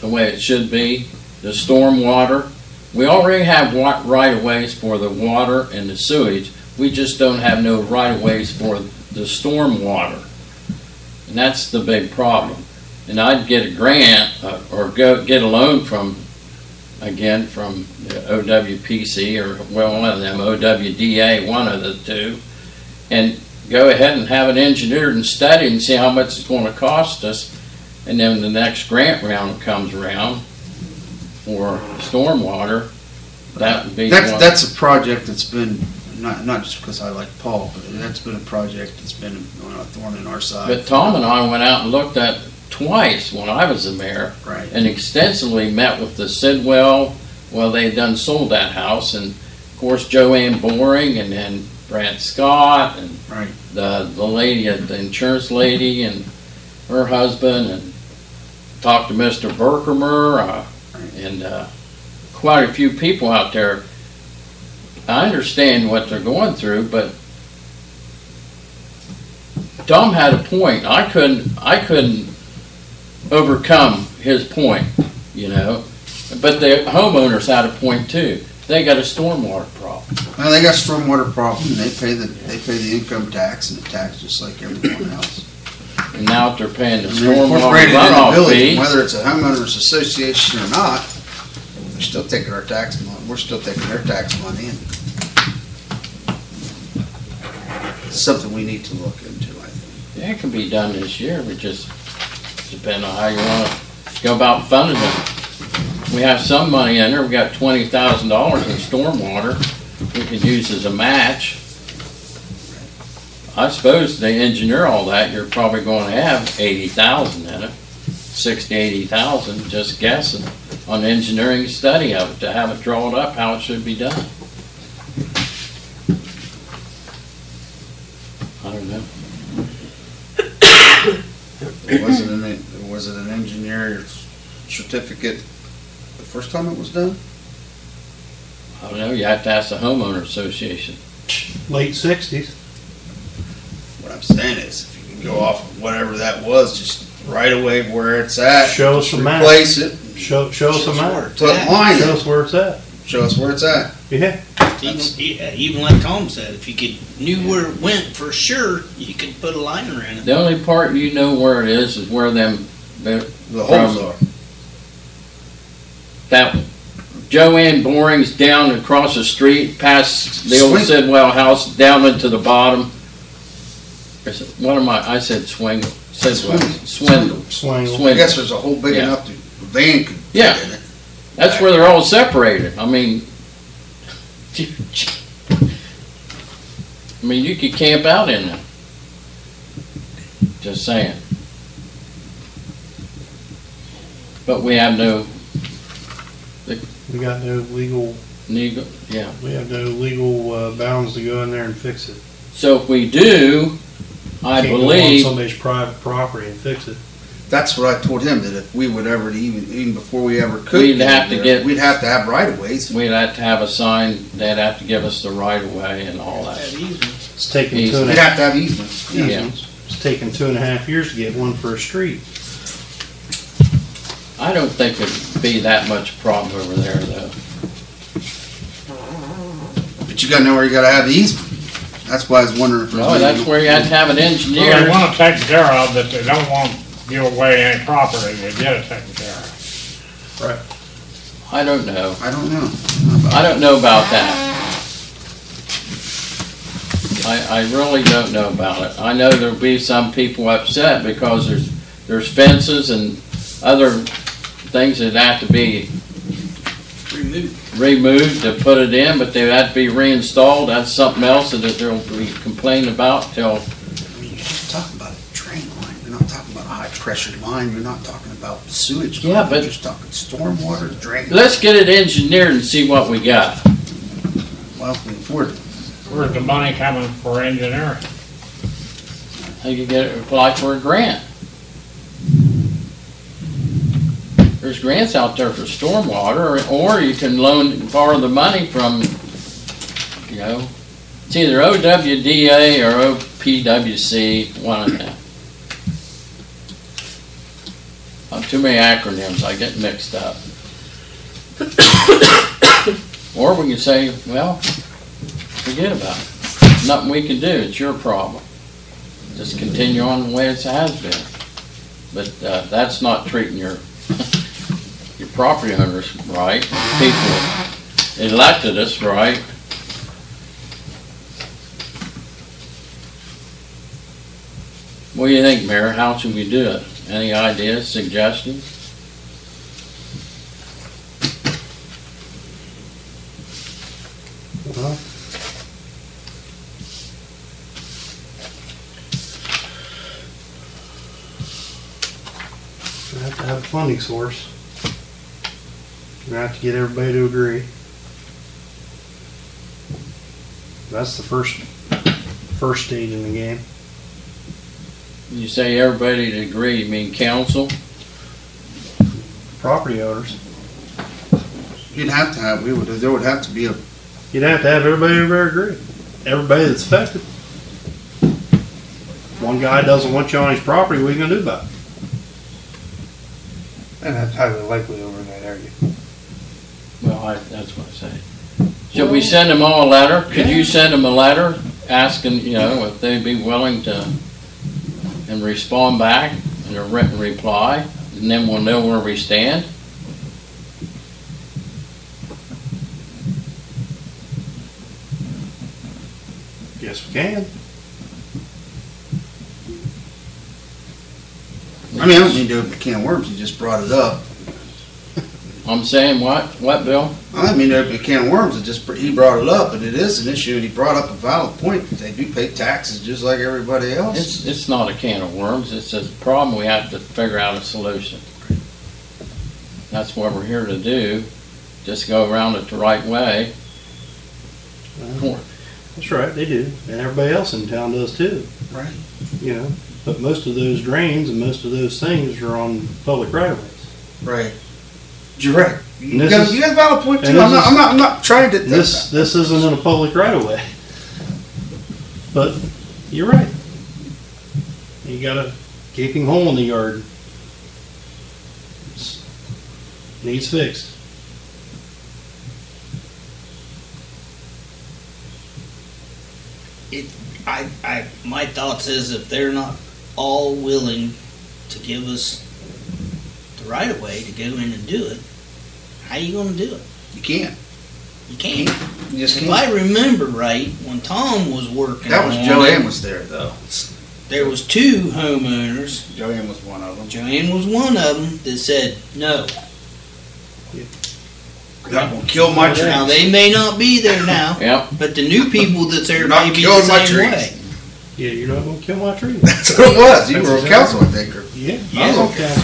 E: the way it should be, the storm water. We already have wa- right of ways for the water and the sewage, we just don't have no right of ways for the storm water. And that's the big problem. And I'd get a grant, uh, or go, get a loan from, again, from the OWPC or, well, one of them, OWDA, one of the two, and go ahead and have it engineered and studied and see how much it's gonna cost us. And then the next grant round comes around for stormwater, that would be the
D: That's,
E: one.
D: that's a project that's been, not, not just because I like Paul, but that's been a project that's been a thorn in our side.
E: But Tom and I went out and looked at twice when I was the mayor
D: Right.
E: and extensively met with the Sidwell, well, they had done sold that house and of course Joanne Boring and then Brad Scott and
D: Right.
E: the, the lady, uh, the insurance lady and her husband and talked to Mr. Berkemer, uh, and, uh, quite a few people out there. I understand what they're going through, but Tom had a point. I couldn't, I couldn't overcome his point, you know? But the homeowners had a point too. They got a stormwater problem.
D: Well, they got stormwater problem, and they pay the, they pay the income tax and the tax just like everyone else.
E: And now they're paying the
D: And they're
E: stormwater
D: incorporated in the
E: runoff
D: village,
E: fee.
D: and whether it's a homeowners association or not, they're still taking our tax money, we're still taking their tax money. and It's something we need to look into, I think.
E: Yeah, it can be done this year, we just, depend on how you wanna go about funding it. We have some money in there, we got twenty thousand dollars in stormwater, we could use as a match. I suppose they engineer all that, you're probably gonna have eighty thousand in it, sixty, eighty thousand, just guessing, on engineering study of it, to have it drawn up, how it should be done. I don't know.
D: Was it an, was it an engineer certificate the first time it was done?
E: I don't know, you have to ask the homeowner association.
A: Late sixties.
D: What I'm saying is, if you can go off of whatever that was, just right away where it's at.
A: Show us
D: just
A: the map.
D: Replace it.
A: Show, show us a map.
D: Put a line
A: Show
D: in,
A: us where it's at.
D: show us where it's at.
A: Yeah.
F: Even- yeah, Even like Tom said, if you could, knew where it went for sure, you could put a line around it.
E: The only part you know where it is is where them,
D: The holes
E: From-
D: are.
E: that Joanne Boring's down across the street, past the old
D: Swing.
E: Sidwell house, down into the bottom. Is it- What am I, I said swing, Sidwell, swindle,
A: Swing.
D: I guess
E: swindle.
D: there's a hole big
E: Yeah.
D: enough to, a van could. fit
E: Yeah.
D: in it.
E: That's where they're all separated, I mean. I mean, you could camp out in there. Just saying. But we have no
A: We got no legal,
E: legal, yeah.
A: we have no legal uh, bounds to go in there and fix it.
E: So if we do, I
A: Can't go on
E: believe,
A: Somebody's private property and fix it.
D: That's what I told him, that if we would ever, even, even before we ever could.
E: We'd have to
D: there,
E: get-
D: We'd have to have right of ways.
E: we'd have to have a sign, they'd have to give us the right of way and all
F: That
E: that.
F: easy.
A: It's taken two
D: We'd
A: and a half,
D: have to have easements.
E: Yeah.
A: it's taken two and a half years to get one for a street.
E: I don't think it'd be that much problem over there though.
D: But you gotta know where you gotta have the easement. That's why I was wondering. if there's
E: No, that's
D: legal-
E: where you have to have an
G: Well, they
E: engineer.
G: want to take care of, but they don't want to give away any property, they get it taken care of.
E: I don't know.
D: I don't know.
E: I don't know about that. I, I really don't know about it. I know there'll be some people upset because there's, there's fences and other things that have to be
F: Remove.
E: removed to put it in, but they had to be reinstalled, that's something else that they'll be complaining about till,
D: I mean, you're not talking about a drain line, you're not talking about a high-pressure line, you're not talking about sewage.
E: Yeah,
D: line,
E: but-
D: You're just talking stormwater drain.
E: let's get it engineered and see what we got.
D: Well, we afford it.
G: Where's the money coming for engineering?
E: They could get, apply for a grant. There's grants out there for stormwater, or you can loan, borrow the money from, you know, it's either OWDA or OPWC, one of them. Uh, Too many acronyms, I get mixed up. Or we can say, well, forget about it, nothing we can do, it's your problem just continue on the way it has been. But uh, that's not treating your, your property owners right, people elected us right. What do you think, Mayor? How should we do it? Any ideas, suggestions?
A: Uh-huh. You have to have a funding source. You have to get everybody to agree. That's the first, first stage in the game.
E: You say everybody to agree, you mean council?
A: Property owners.
D: You'd have to have, we would, there would have to be a,
A: You'd have to have everybody, everybody agree. Everybody that's affected. One guy doesn't want you on his property, what are you gonna do about it?
I: And that's highly likely over in that area.
E: Well, I, that's what I say. Should we send them all a letter? Could you send them a letter asking, you know, if they'd be willing to, and respond back in a written reply? And then we'll know where we stand?
A: Yes, we can.
D: I mean, I don't need to open a can of worms, you just brought it up.
E: I'm saying what? What, Bill?
D: I don't mean to open a can of worms, it just, he brought it up, and it is an issue, and he brought up a valid point, that they do pay taxes just like everybody else.
E: It's, it's not a can of worms. It's a problem. We have to figure out a solution. That's what we're here to do. Just go around it the right way.
A: That's right, they do, and everybody else in town does too.
D: Right.
A: You know, but most of those drains and most of those things are on public right of ways.
D: Right. You're right. You
A: This
D: got,
A: is-
D: you got a valid point too, I'm
A: and this
D: not,
A: is-
D: I'm not, I'm not trying to.
A: This, this isn't in a public right of way. But you're right. You got a gaping hole in the yard. It's- Needs fixed.
F: I, I, my thoughts is if they're not all willing to give us the right of way to go in and do it, how you gonna do it?
D: You can't,
F: You can't.
D: you just
F: If
D: can't.
F: I remember right, when Tom was working
D: That was,
F: on
D: Joanne
F: it,
D: was there though.
F: there was two homeowners.
D: Joanne was one of them.
F: Joanne was one of them that said no.
D: That will kill my tree.
F: Now they may not be there now,
E: Yep.
F: but the new people that's there
D: You're not
F: may be the
D: killing my
F: same
D: trees.
F: way.
A: Yeah, you're not gonna kill my tree.
D: That's what it was. You
A: That's
D: were a
A: exactly-
D: council, I think. or-
A: Yeah, I was
F: Yeah.
A: on council.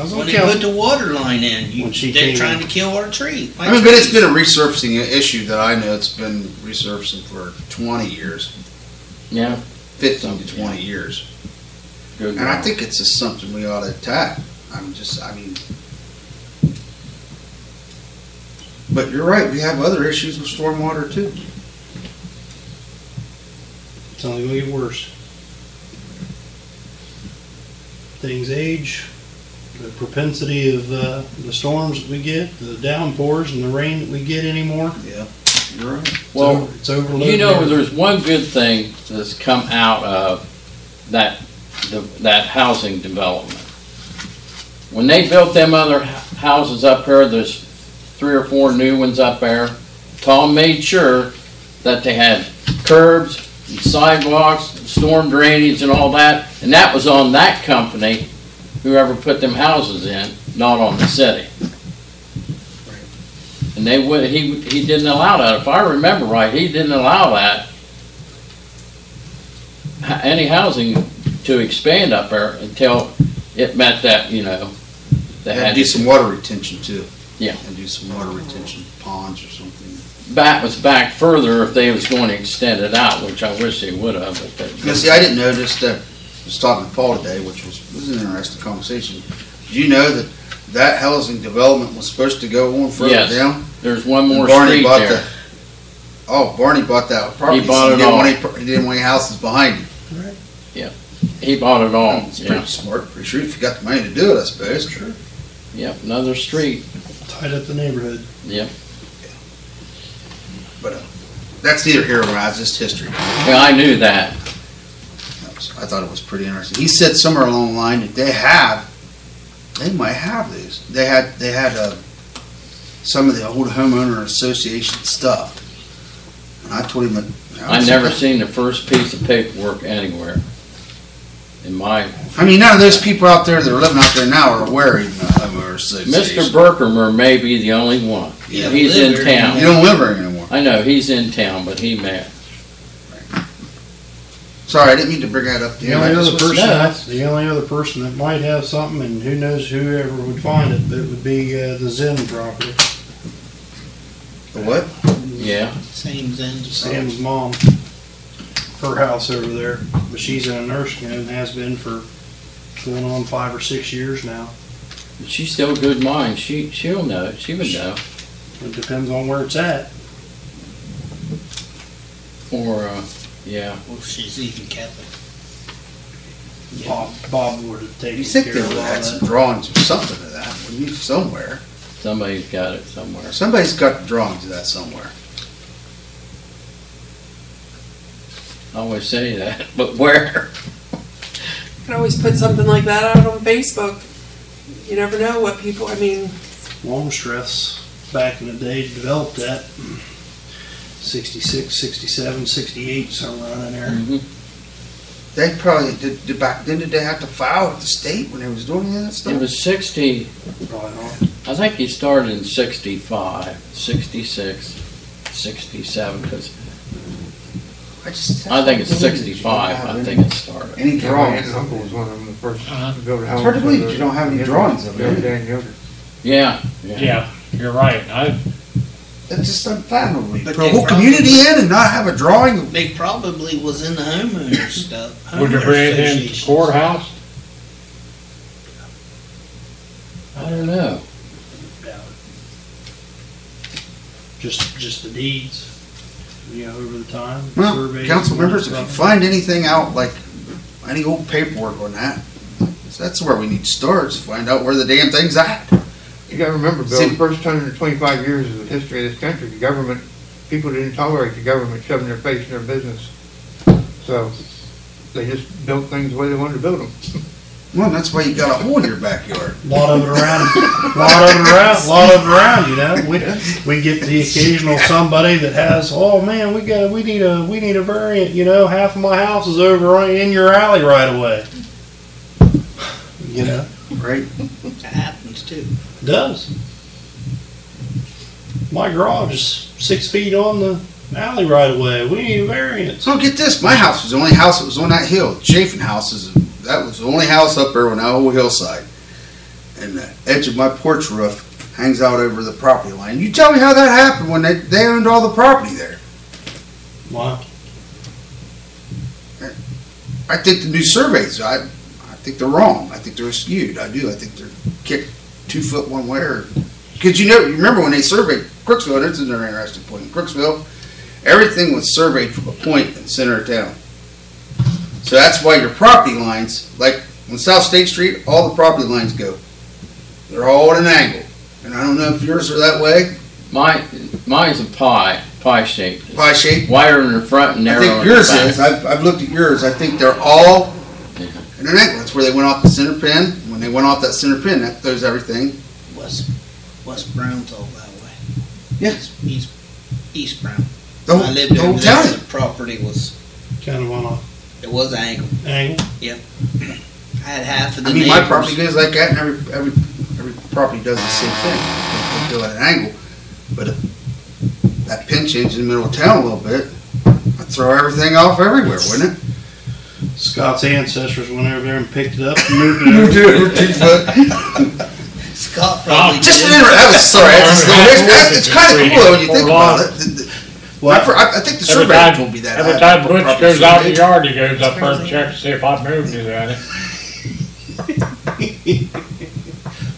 A: I was
F: When
A: on
F: they put
A: council.
F: the water line in, you,
A: When she
F: they're
A: came
F: trying
A: in.
F: to kill our tree. my
D: I mean, but it's
F: trees.
D: been a resurfacing issue that I know. It's been resurfacing for 20 years,
E: Yeah.
D: 15 to 20 years.
E: Good
D: And I
E: one.
D: think it's just something we ought to attack. I'm just, I mean. But you're right. We have other issues with stormwater too.
A: It's only gonna get worse. Things age, the propensity of uh, the storms that we get, the downpours and the rain that we get anymore.
D: Yeah. You're right.
A: it's
E: Well,
A: over- it's overloaded.
E: You know, there's one good thing that's come out of that, the- that housing development. When they built them other h- houses up there, there's three or four new ones up there, Tom made sure that they had curbs, and sidewalks, storm drainage and all that, and that was on that company, whoever put them houses in, not on the city. And they would, he, he didn't allow that. If I remember right, he didn't allow that. h- Any housing to expand up there until it met that, you know, they
D: And
E: had.
D: do some water retention too.
E: Yeah.
D: And do some water retention ponds or something.
E: bat was back further if they was going to extend it out, which I wish they would have, but they
D: Now, see, I didn't notice that, I was talking to Paul today, which was, was an interesting conversation. Did you know that that housing development was supposed to go on further
E: Yes.
D: down?
E: There's one
D: And
E: more
D: Barney
E: street
D: bought
E: there.
D: the- Oh, Barney bought that property. so
E: bought it
D: didn't
E: all.
D: want any pro- He didn't want any houses behind him.
E: He bought it all,
D: It's pretty
E: yeah.
D: smart, pretty shrewd, if you got the money to do it, I suppose. Sure.
E: Yep, another street.
A: tied up the neighborhood.
D: uh, That's neither here nor there, it's just history.
E: Yeah, I knew that.
D: That was- I thought it was pretty interesting. He said somewhere along the line that they have, they might have these. They had, they had uh, some of the old homeowner association stuff. And I told him that.
E: I never seen the first piece of paperwork anywhere. In my,
D: I mean, none of those people out there that are living out there now are aware even of homeowner association.
E: Mr. Berkimer may be the only one.
D: Yeah,
E: He's in
F: live here.
D: You
E: town.
D: don't live there anymore.
E: I know, he's in town, but he may,
D: Sorry, I didn't mean to bring that up to
A: The
D: you. I
A: only other
D: just was-
A: person,
E: no,
A: that- the only other person that might have something, and who knows whoever would find it, but it would be uh, the Zen property,
D: The what?
E: yeah.
F: Same Zen.
A: Sam's mom. Her house over there, but she's in a nursing home, and has been for going on five or six years now.
E: She's still good mind. She, she'll know. She would know.
A: It depends on where it's at.
E: Or, uh, yeah.
F: Well, she's even Catholic.
A: Bob, Bob would have taken
D: You think they
A: care
D: would
A: of all
D: have had some
A: that.
D: drawings or something of that, wouldn't you, somewhere?
E: Somebody's got it somewhere.
D: Somebody's got the drawings of that somewhere.
E: I always say that, but where?
B: Could always put something like that out on Facebook. You never know what people, I mean,
A: Longstreth's back in the day developed that. 66, 67, 68, somewhere in there.
E: Mhm.
D: They probably, did, did back then, did they have to file with the state when they was doing any of that
E: It
D: stuff?
E: was sixty,
A: Probably not.
E: I think he started in 65, 66, 67, because
D: I just.
E: I think it's 65, I think it started.
D: Any
I: Yeah, my aunt
D: drawings?
I: and uncle was one of them, the first
G: Uh-huh.
I: to build a house.
D: hard to believe
I: over-
D: you don't have any drawings of it.
I: Dan Yoder.
E: Yeah,
G: Yeah, you're right. I,
D: That's just unfathomable.
F: But
D: For a
F: they
D: whole
F: probably-
D: community in and not have a drawing of
F: They probably was in the homeowner stuff.
G: would you
F: homeowner
G: bring it in
F: associations.
G: courthouse?
E: I don't know.
A: just, just the deeds, you know, over the time.
D: Well,
A: surveys,
D: council members, if you
A: stuff.
D: find anything out, like any old paperwork on that, so that's where we need to start, is find out where the damn thing's at.
I: You gotta remember, Bill,
D: See-
I: the first time in twenty-five years of the history of this country, the government, people didn't tolerate the government shoving their face in their business. So, they just built things the way they wanted to build them.
D: Well, that's why you got a hole in your backyard.
A: Lot of it around, lot of it around, lot of it around, you know, we, we get the occasional somebody that has, oh man, we got, we need a, we need a variant, you know, half of my house is over on- in your alley right away. You know,
D: Right.
F: That happens too.
A: it does. My garage is six feet on the alley right away, we need a variance.
D: So get this, my house was the only house that was on that hill. Chafin House is, that was the only house up there on that whole hillside. And the edge of my porch roof hangs out over the property line. You tell me how that happened when they, they owned all the property there.
A: Wow,
D: I think the new surveys, I, I think they're wrong. I think they're skewed. I do. I think they're kicked two foot one way. Or, Cause you know, you remember when they surveyed Crooksville, this is an interesting point. In Crooksville, everything was surveyed from a point in the center of town. So that's why your property lines, like on South State Street, all the property lines go. They're all at an angle. And I don't know if yours are that way,
E: My, mine's a pie, pie shape.
D: pie shape.
E: Wire in the front and
D: I
E: narrow
D: think
E: in the
D: yours is.
E: back.
D: I've, I've looked at yours. I think they're all
E: Yeah.
D: And then that- that's where they went off the center pin. When they went off that center pin, that throws everything.
F: West, West Brown's all that way.
D: Yes.
F: East, East Brown.
D: The whole,
F: I lived
D: the whole
F: over there.
D: county.
F: The property was,
A: kind of on
F: it was an angle.
A: a angle.
F: I had half of the
D: I mean, my
F: neighbors.
D: property goes like that, and every, every, every property does the same thing. They go at an angle. But if that pin changes in the middle of town a little bit, that'd throw everything off everywhere, wouldn't it?
A: Scott's ancestors went over there and picked it up and moved it over.
D: Two foot.
F: Scott probably.
D: Oh, Just an
F: did.
D: inter- that was sorry. I just- It's
G: Advertising
D: kind of
G: is
D: cool when you
G: for
D: think
G: law.
D: about it. The- the- I for- I I think the
G: Every
D: survey
G: time,
D: told me that.
G: every
D: I-
G: time Butch
D: probably
G: goes out
D: survey.
G: the yard, he goes up there and
B: crazy.
G: checks to see if I moved it or anything.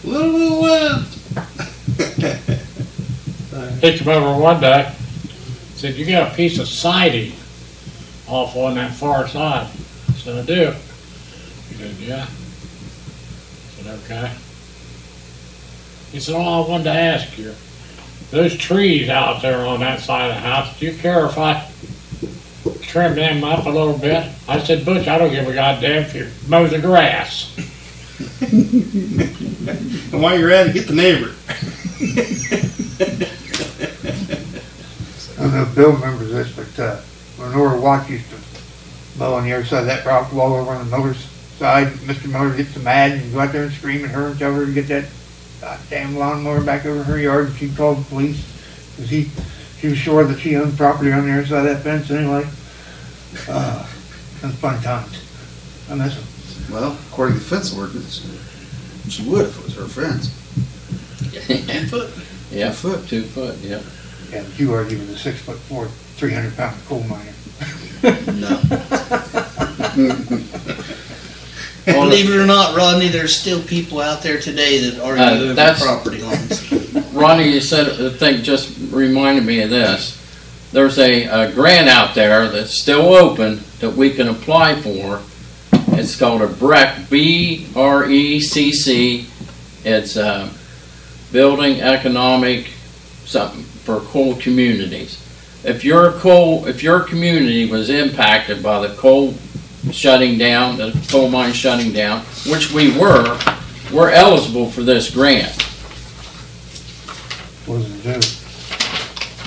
D: Little, little, little.
G: He come over one day, said, you got a piece of siding off on that far side. I said, I do. He said, yeah. I said, okay. He said, oh, I wanted to ask you, those trees out there on that side of the house, do you care if I trim them up a little bit? I said, Butch, I don't give a goddamn if you mow the grass.
A: And while you're at it, get the neighbor.
I: I don't know if Bill remembers this, but, uh, when Nora Watts used to mow on the other side of that rock wall over on the Miller's side, Mr. Miller gets mad and go out there and scream at her and tell her to get that goddamn lawnmower back over her yard, and she called the police, cause he, she was sure that she owned property on the other side of that fence anyway. Uh, that's fun times. I miss 'em.
D: Well, according to the fence ordinance, she would if it was her fence.
E: Two
D: foot.
E: Yeah,
D: Two foot.
E: two foot, yeah.
I: Yeah, but you are even a six foot four, three hundred pound coal miner.
D: No.
F: Believe it or not, Rodney, there's still people out there today that
E: Uh,
F: argue over
E: that's-
F: property lines.
E: Ronnie, you said, the thing just reminded me of this. There's a, a grant out there that's still open that we can apply for. It's called a BREC, B R E C C. It's, uh, Building Economic something for coal communities. If your coal, if your community was impacted by the coal shutting down, the coal mine shutting down, which we were, we're eligible for this grant.
I: What does it do?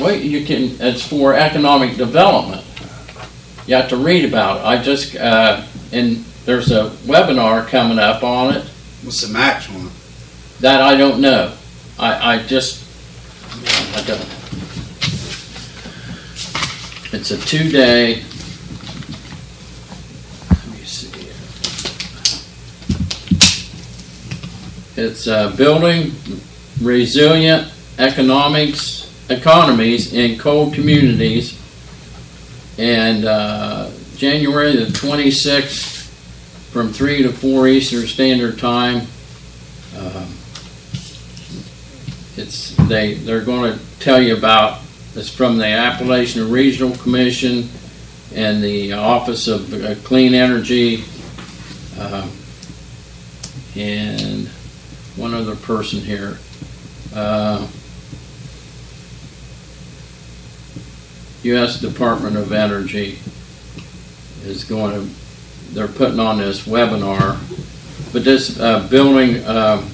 E: Well, you can, it's for economic development. You have to read about it. I just, uh, and there's a webinar coming up on it
D: What's the match on it?
E: that I don't know. I, I just, I don't. It's a two-day. Let me see here. It's, uh, building resilient economics, economies in coal communities. And, uh, January the twenty-sixth, from three to four Eastern Standard Time. Um, It's, they, they're gonna tell you about, it's from the Appalachian Regional Commission and the Office of uh, Clean Energy, um, and one other person here. Uh, U.S. Department of Energy is going to, they're putting on this webinar but this uh, building um,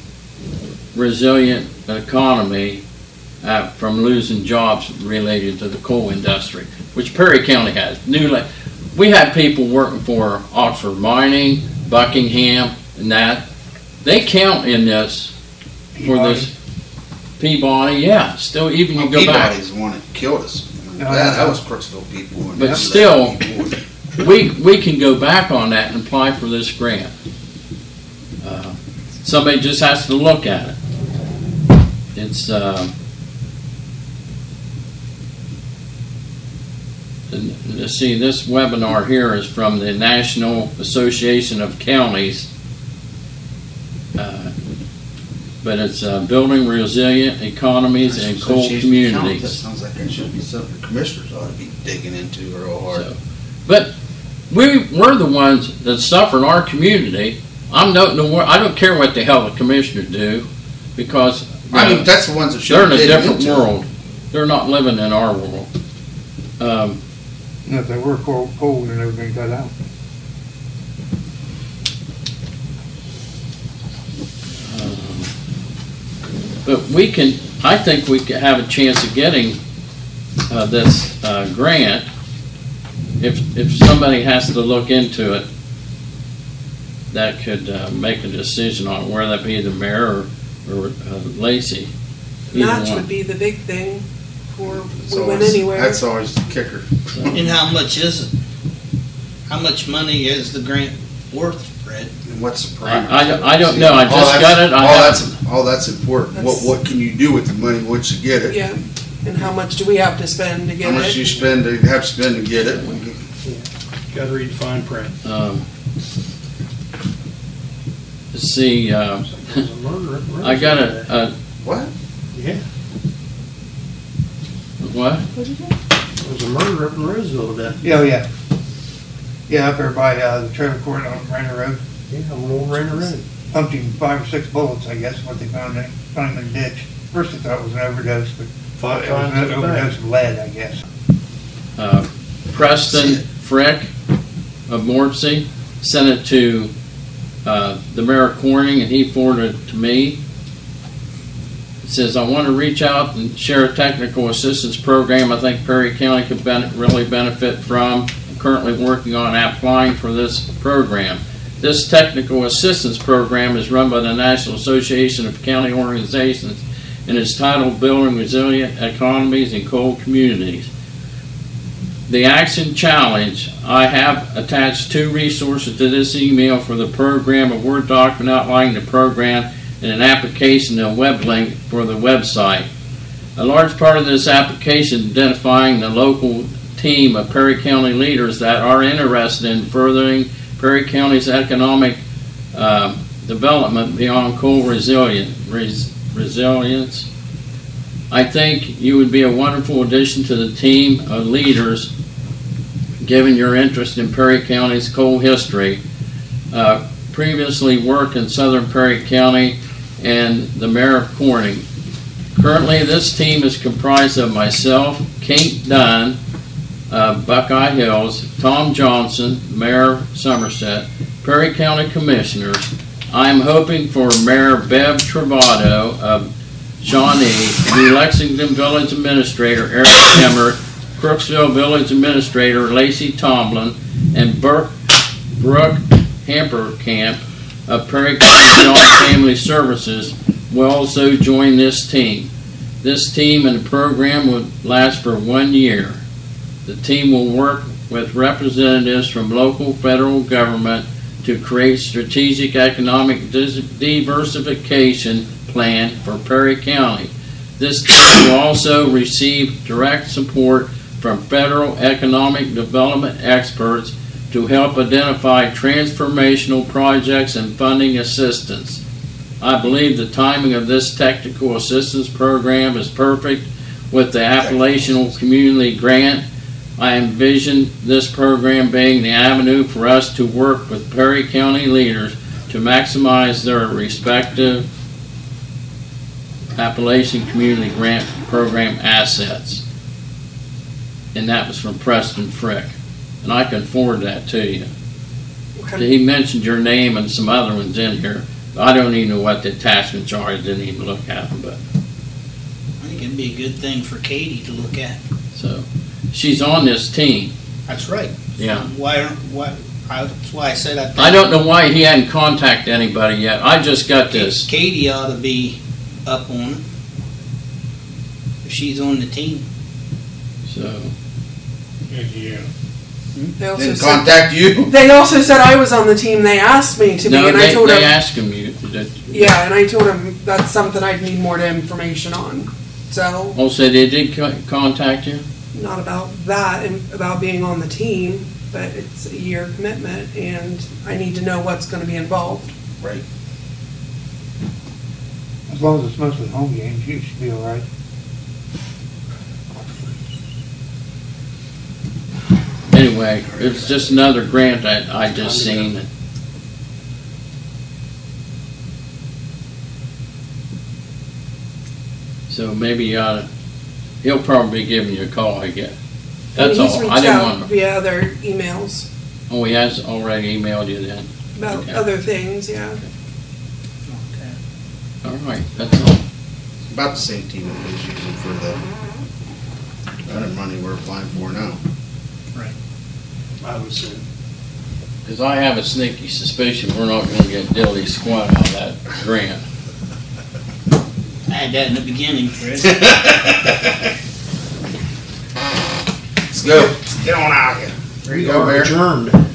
E: resilient economy uh, from losing jobs related to the coal industry, which Perry County has. New, la- we have people working for Oxford Mining, Buckingham, and that. They count in this for this Peabody. Yeah, still even you
D: Well,
E: go back.
D: Oh, Peabody's the one that killed us.
I: No,
D: That,
I: no,
D: that
I: no.
D: was Crooksville people. and
E: But
D: that was
E: still-
D: that people.
E: we, we can go back on that and apply for this grant. Uh, Somebody just has to look at it. It's, um, and, let's see, this webinar here is from the National Association of Counties. Uh, But it's, uh, building resilient economies and coal
D: Association of Counties, That
E: communities.
D: sounds like that should be something the commissioners ought to be digging into real hard.
E: So, But we, we're the ones that suffer in our community. I'm not, no, I don't care what the hell the commissioners do, because
D: I
E: uh,
D: mean, that's the ones that should.
E: they're in a
D: be digging
E: different
D: into it.
E: world. They're not living in our world. Um,
I: And if they were coal, coal would have never been cut out.
E: Um, But we can, I think we could have a chance of getting uh, this uh, grant if, if somebody has to look into it. That could uh, make a decision on it, whether that be the mayor or, or uh, Lacy. Either
B: Notch
E: one.
B: would be the big thing for
D: It's
B: we went
D: always-
B: anywhere.
D: That's always the kicker.
F: And how much is it? How much money is the grant worth, Fred?
D: And what's the
E: I,
D: parameters?
E: I don't- I don't know, I
D: All
E: just
D: that's-
E: got it, I
D: All
E: haven't-
D: that's, all that's important. What,
B: That's-
D: what can you do with the money once you get it?
B: Yeah, and how much do we have to spend to
D: How
B: get
D: much do you
B: it?
D: spend, to have to spend to get it?
A: Gotta read the fine print.
E: Um, Let's see, uh,
A: There's a murder- murder
E: I got
A: there.
E: a, a,
D: What?
A: Yeah,
E: what?
A: there's a murder up in Roseville today.
I: Yeah, oh, yeah. Yeah, up there by, uh, the trailer court on Rainer Road,
A: Yeah, on Old Rainer Road.
I: pumped him five or six bullets, I guess, what they found, in- found him in a ditch. First they thought it was an overdose, but
A: Five
I: it was
A: times
I: an
A: a day.
I: overdose of lead, I guess.
E: Uh, Preston Frick of Morpsey sent it to uh, the mayor of Corning, and he forwarded it to me. It says, "I want to reach out and share a technical assistance program I think Perry County could ben- really benefit from. I'm currently working on applying for this program. This technical assistance program is run by the National Association of County Organizations and is titled Building Resilient Economies in Cold Communities." The Action Challenge, I have attached two resources to this email for the program, a Word document outlining the program, and an application and a web link for the website. A large part of this application identifying the local team of Perry County leaders that are interested in furthering Perry County's economic uh, development beyond coal resilient, res- resilience. I think you would be a wonderful addition to the team of leaders, given your interest in Perry County's coal history. Uh, previously worked in southern Perry County and the mayor of Corning. Currently, this team is comprised of myself, Kate Dunn, uh, Buckeye Hills, Tom Johnson, Mayor of Somerset, Perry County Commissioners. I am hoping for Mayor Bev Travado of Shawnee, the Lexington Village Administrator Eric Emmer, Crooksville Village Administrator Lacey Tomlin, and Burke, Brooke Hamperkamp of Prairie County Adult Family Services will also join this team. This team and the program will last for one year. The team will work with representatives from local federal government to create strategic economic dis- diversification plan for Perry County. This team will also receive direct support from federal economic development experts to help identify transformational projects and funding assistance. I believe the timing of this technical assistance program is perfect with the Appalachian Community Grant. I envision this program being the avenue for us to work with Perry County leaders to maximize their respective Appalachian Community Grant Program assets. And that was from Preston Frick. And I can forward that to you.
B: Okay.
E: He mentioned your name and some other ones in here. I don't even know what the attachments are. I didn't even look at them, but
F: I think it'd be a good thing for Katie to look at.
E: so she's on this team.
F: That's right.
E: Yeah.
F: Why, aren't- why, I, that's why I said I think.
E: I don't know why he hadn't contacted anybody yet. I just got this.
F: Katie ought to be up on it. If she's on the team.
E: So
G: Good year.
B: They also
D: Didn't
B: said,
D: contact you?
B: they also said I was on the team. They asked me to be,
E: no,
B: and I
E: they,
B: told
E: they
B: them,
E: asked him you. that-
B: yeah, and I told them that's something I'd need more information on. So,
E: Also, they did co- contact you.
B: not about that and about being on the team, but it's a year commitment, and I need to know what's gonna be involved.
I: As long as it's mostly home games, you should be all right.
E: Anyway, it's just another grant I, I just seen. So maybe you oughta, he'll probably be giving you a call, I guess. That's
B: And he's
E: all. I
B: reached
E: didn't
B: out
E: want,
B: Via other emails
E: oh, he has already emailed you then.
B: about
E: Okay.
B: other things, yeah.
E: All right, that's all.
D: About the same team that was using for the, I don't know, money we're applying for now.
A: I would say.
E: Cause I have a sneaky suspicion we're not gonna get Dilly Squat out of that grant.
F: I had that in the beginning, Chris.
D: Let's go. Let's Get on out of here. There you go, Mayor.
A: Adjourned.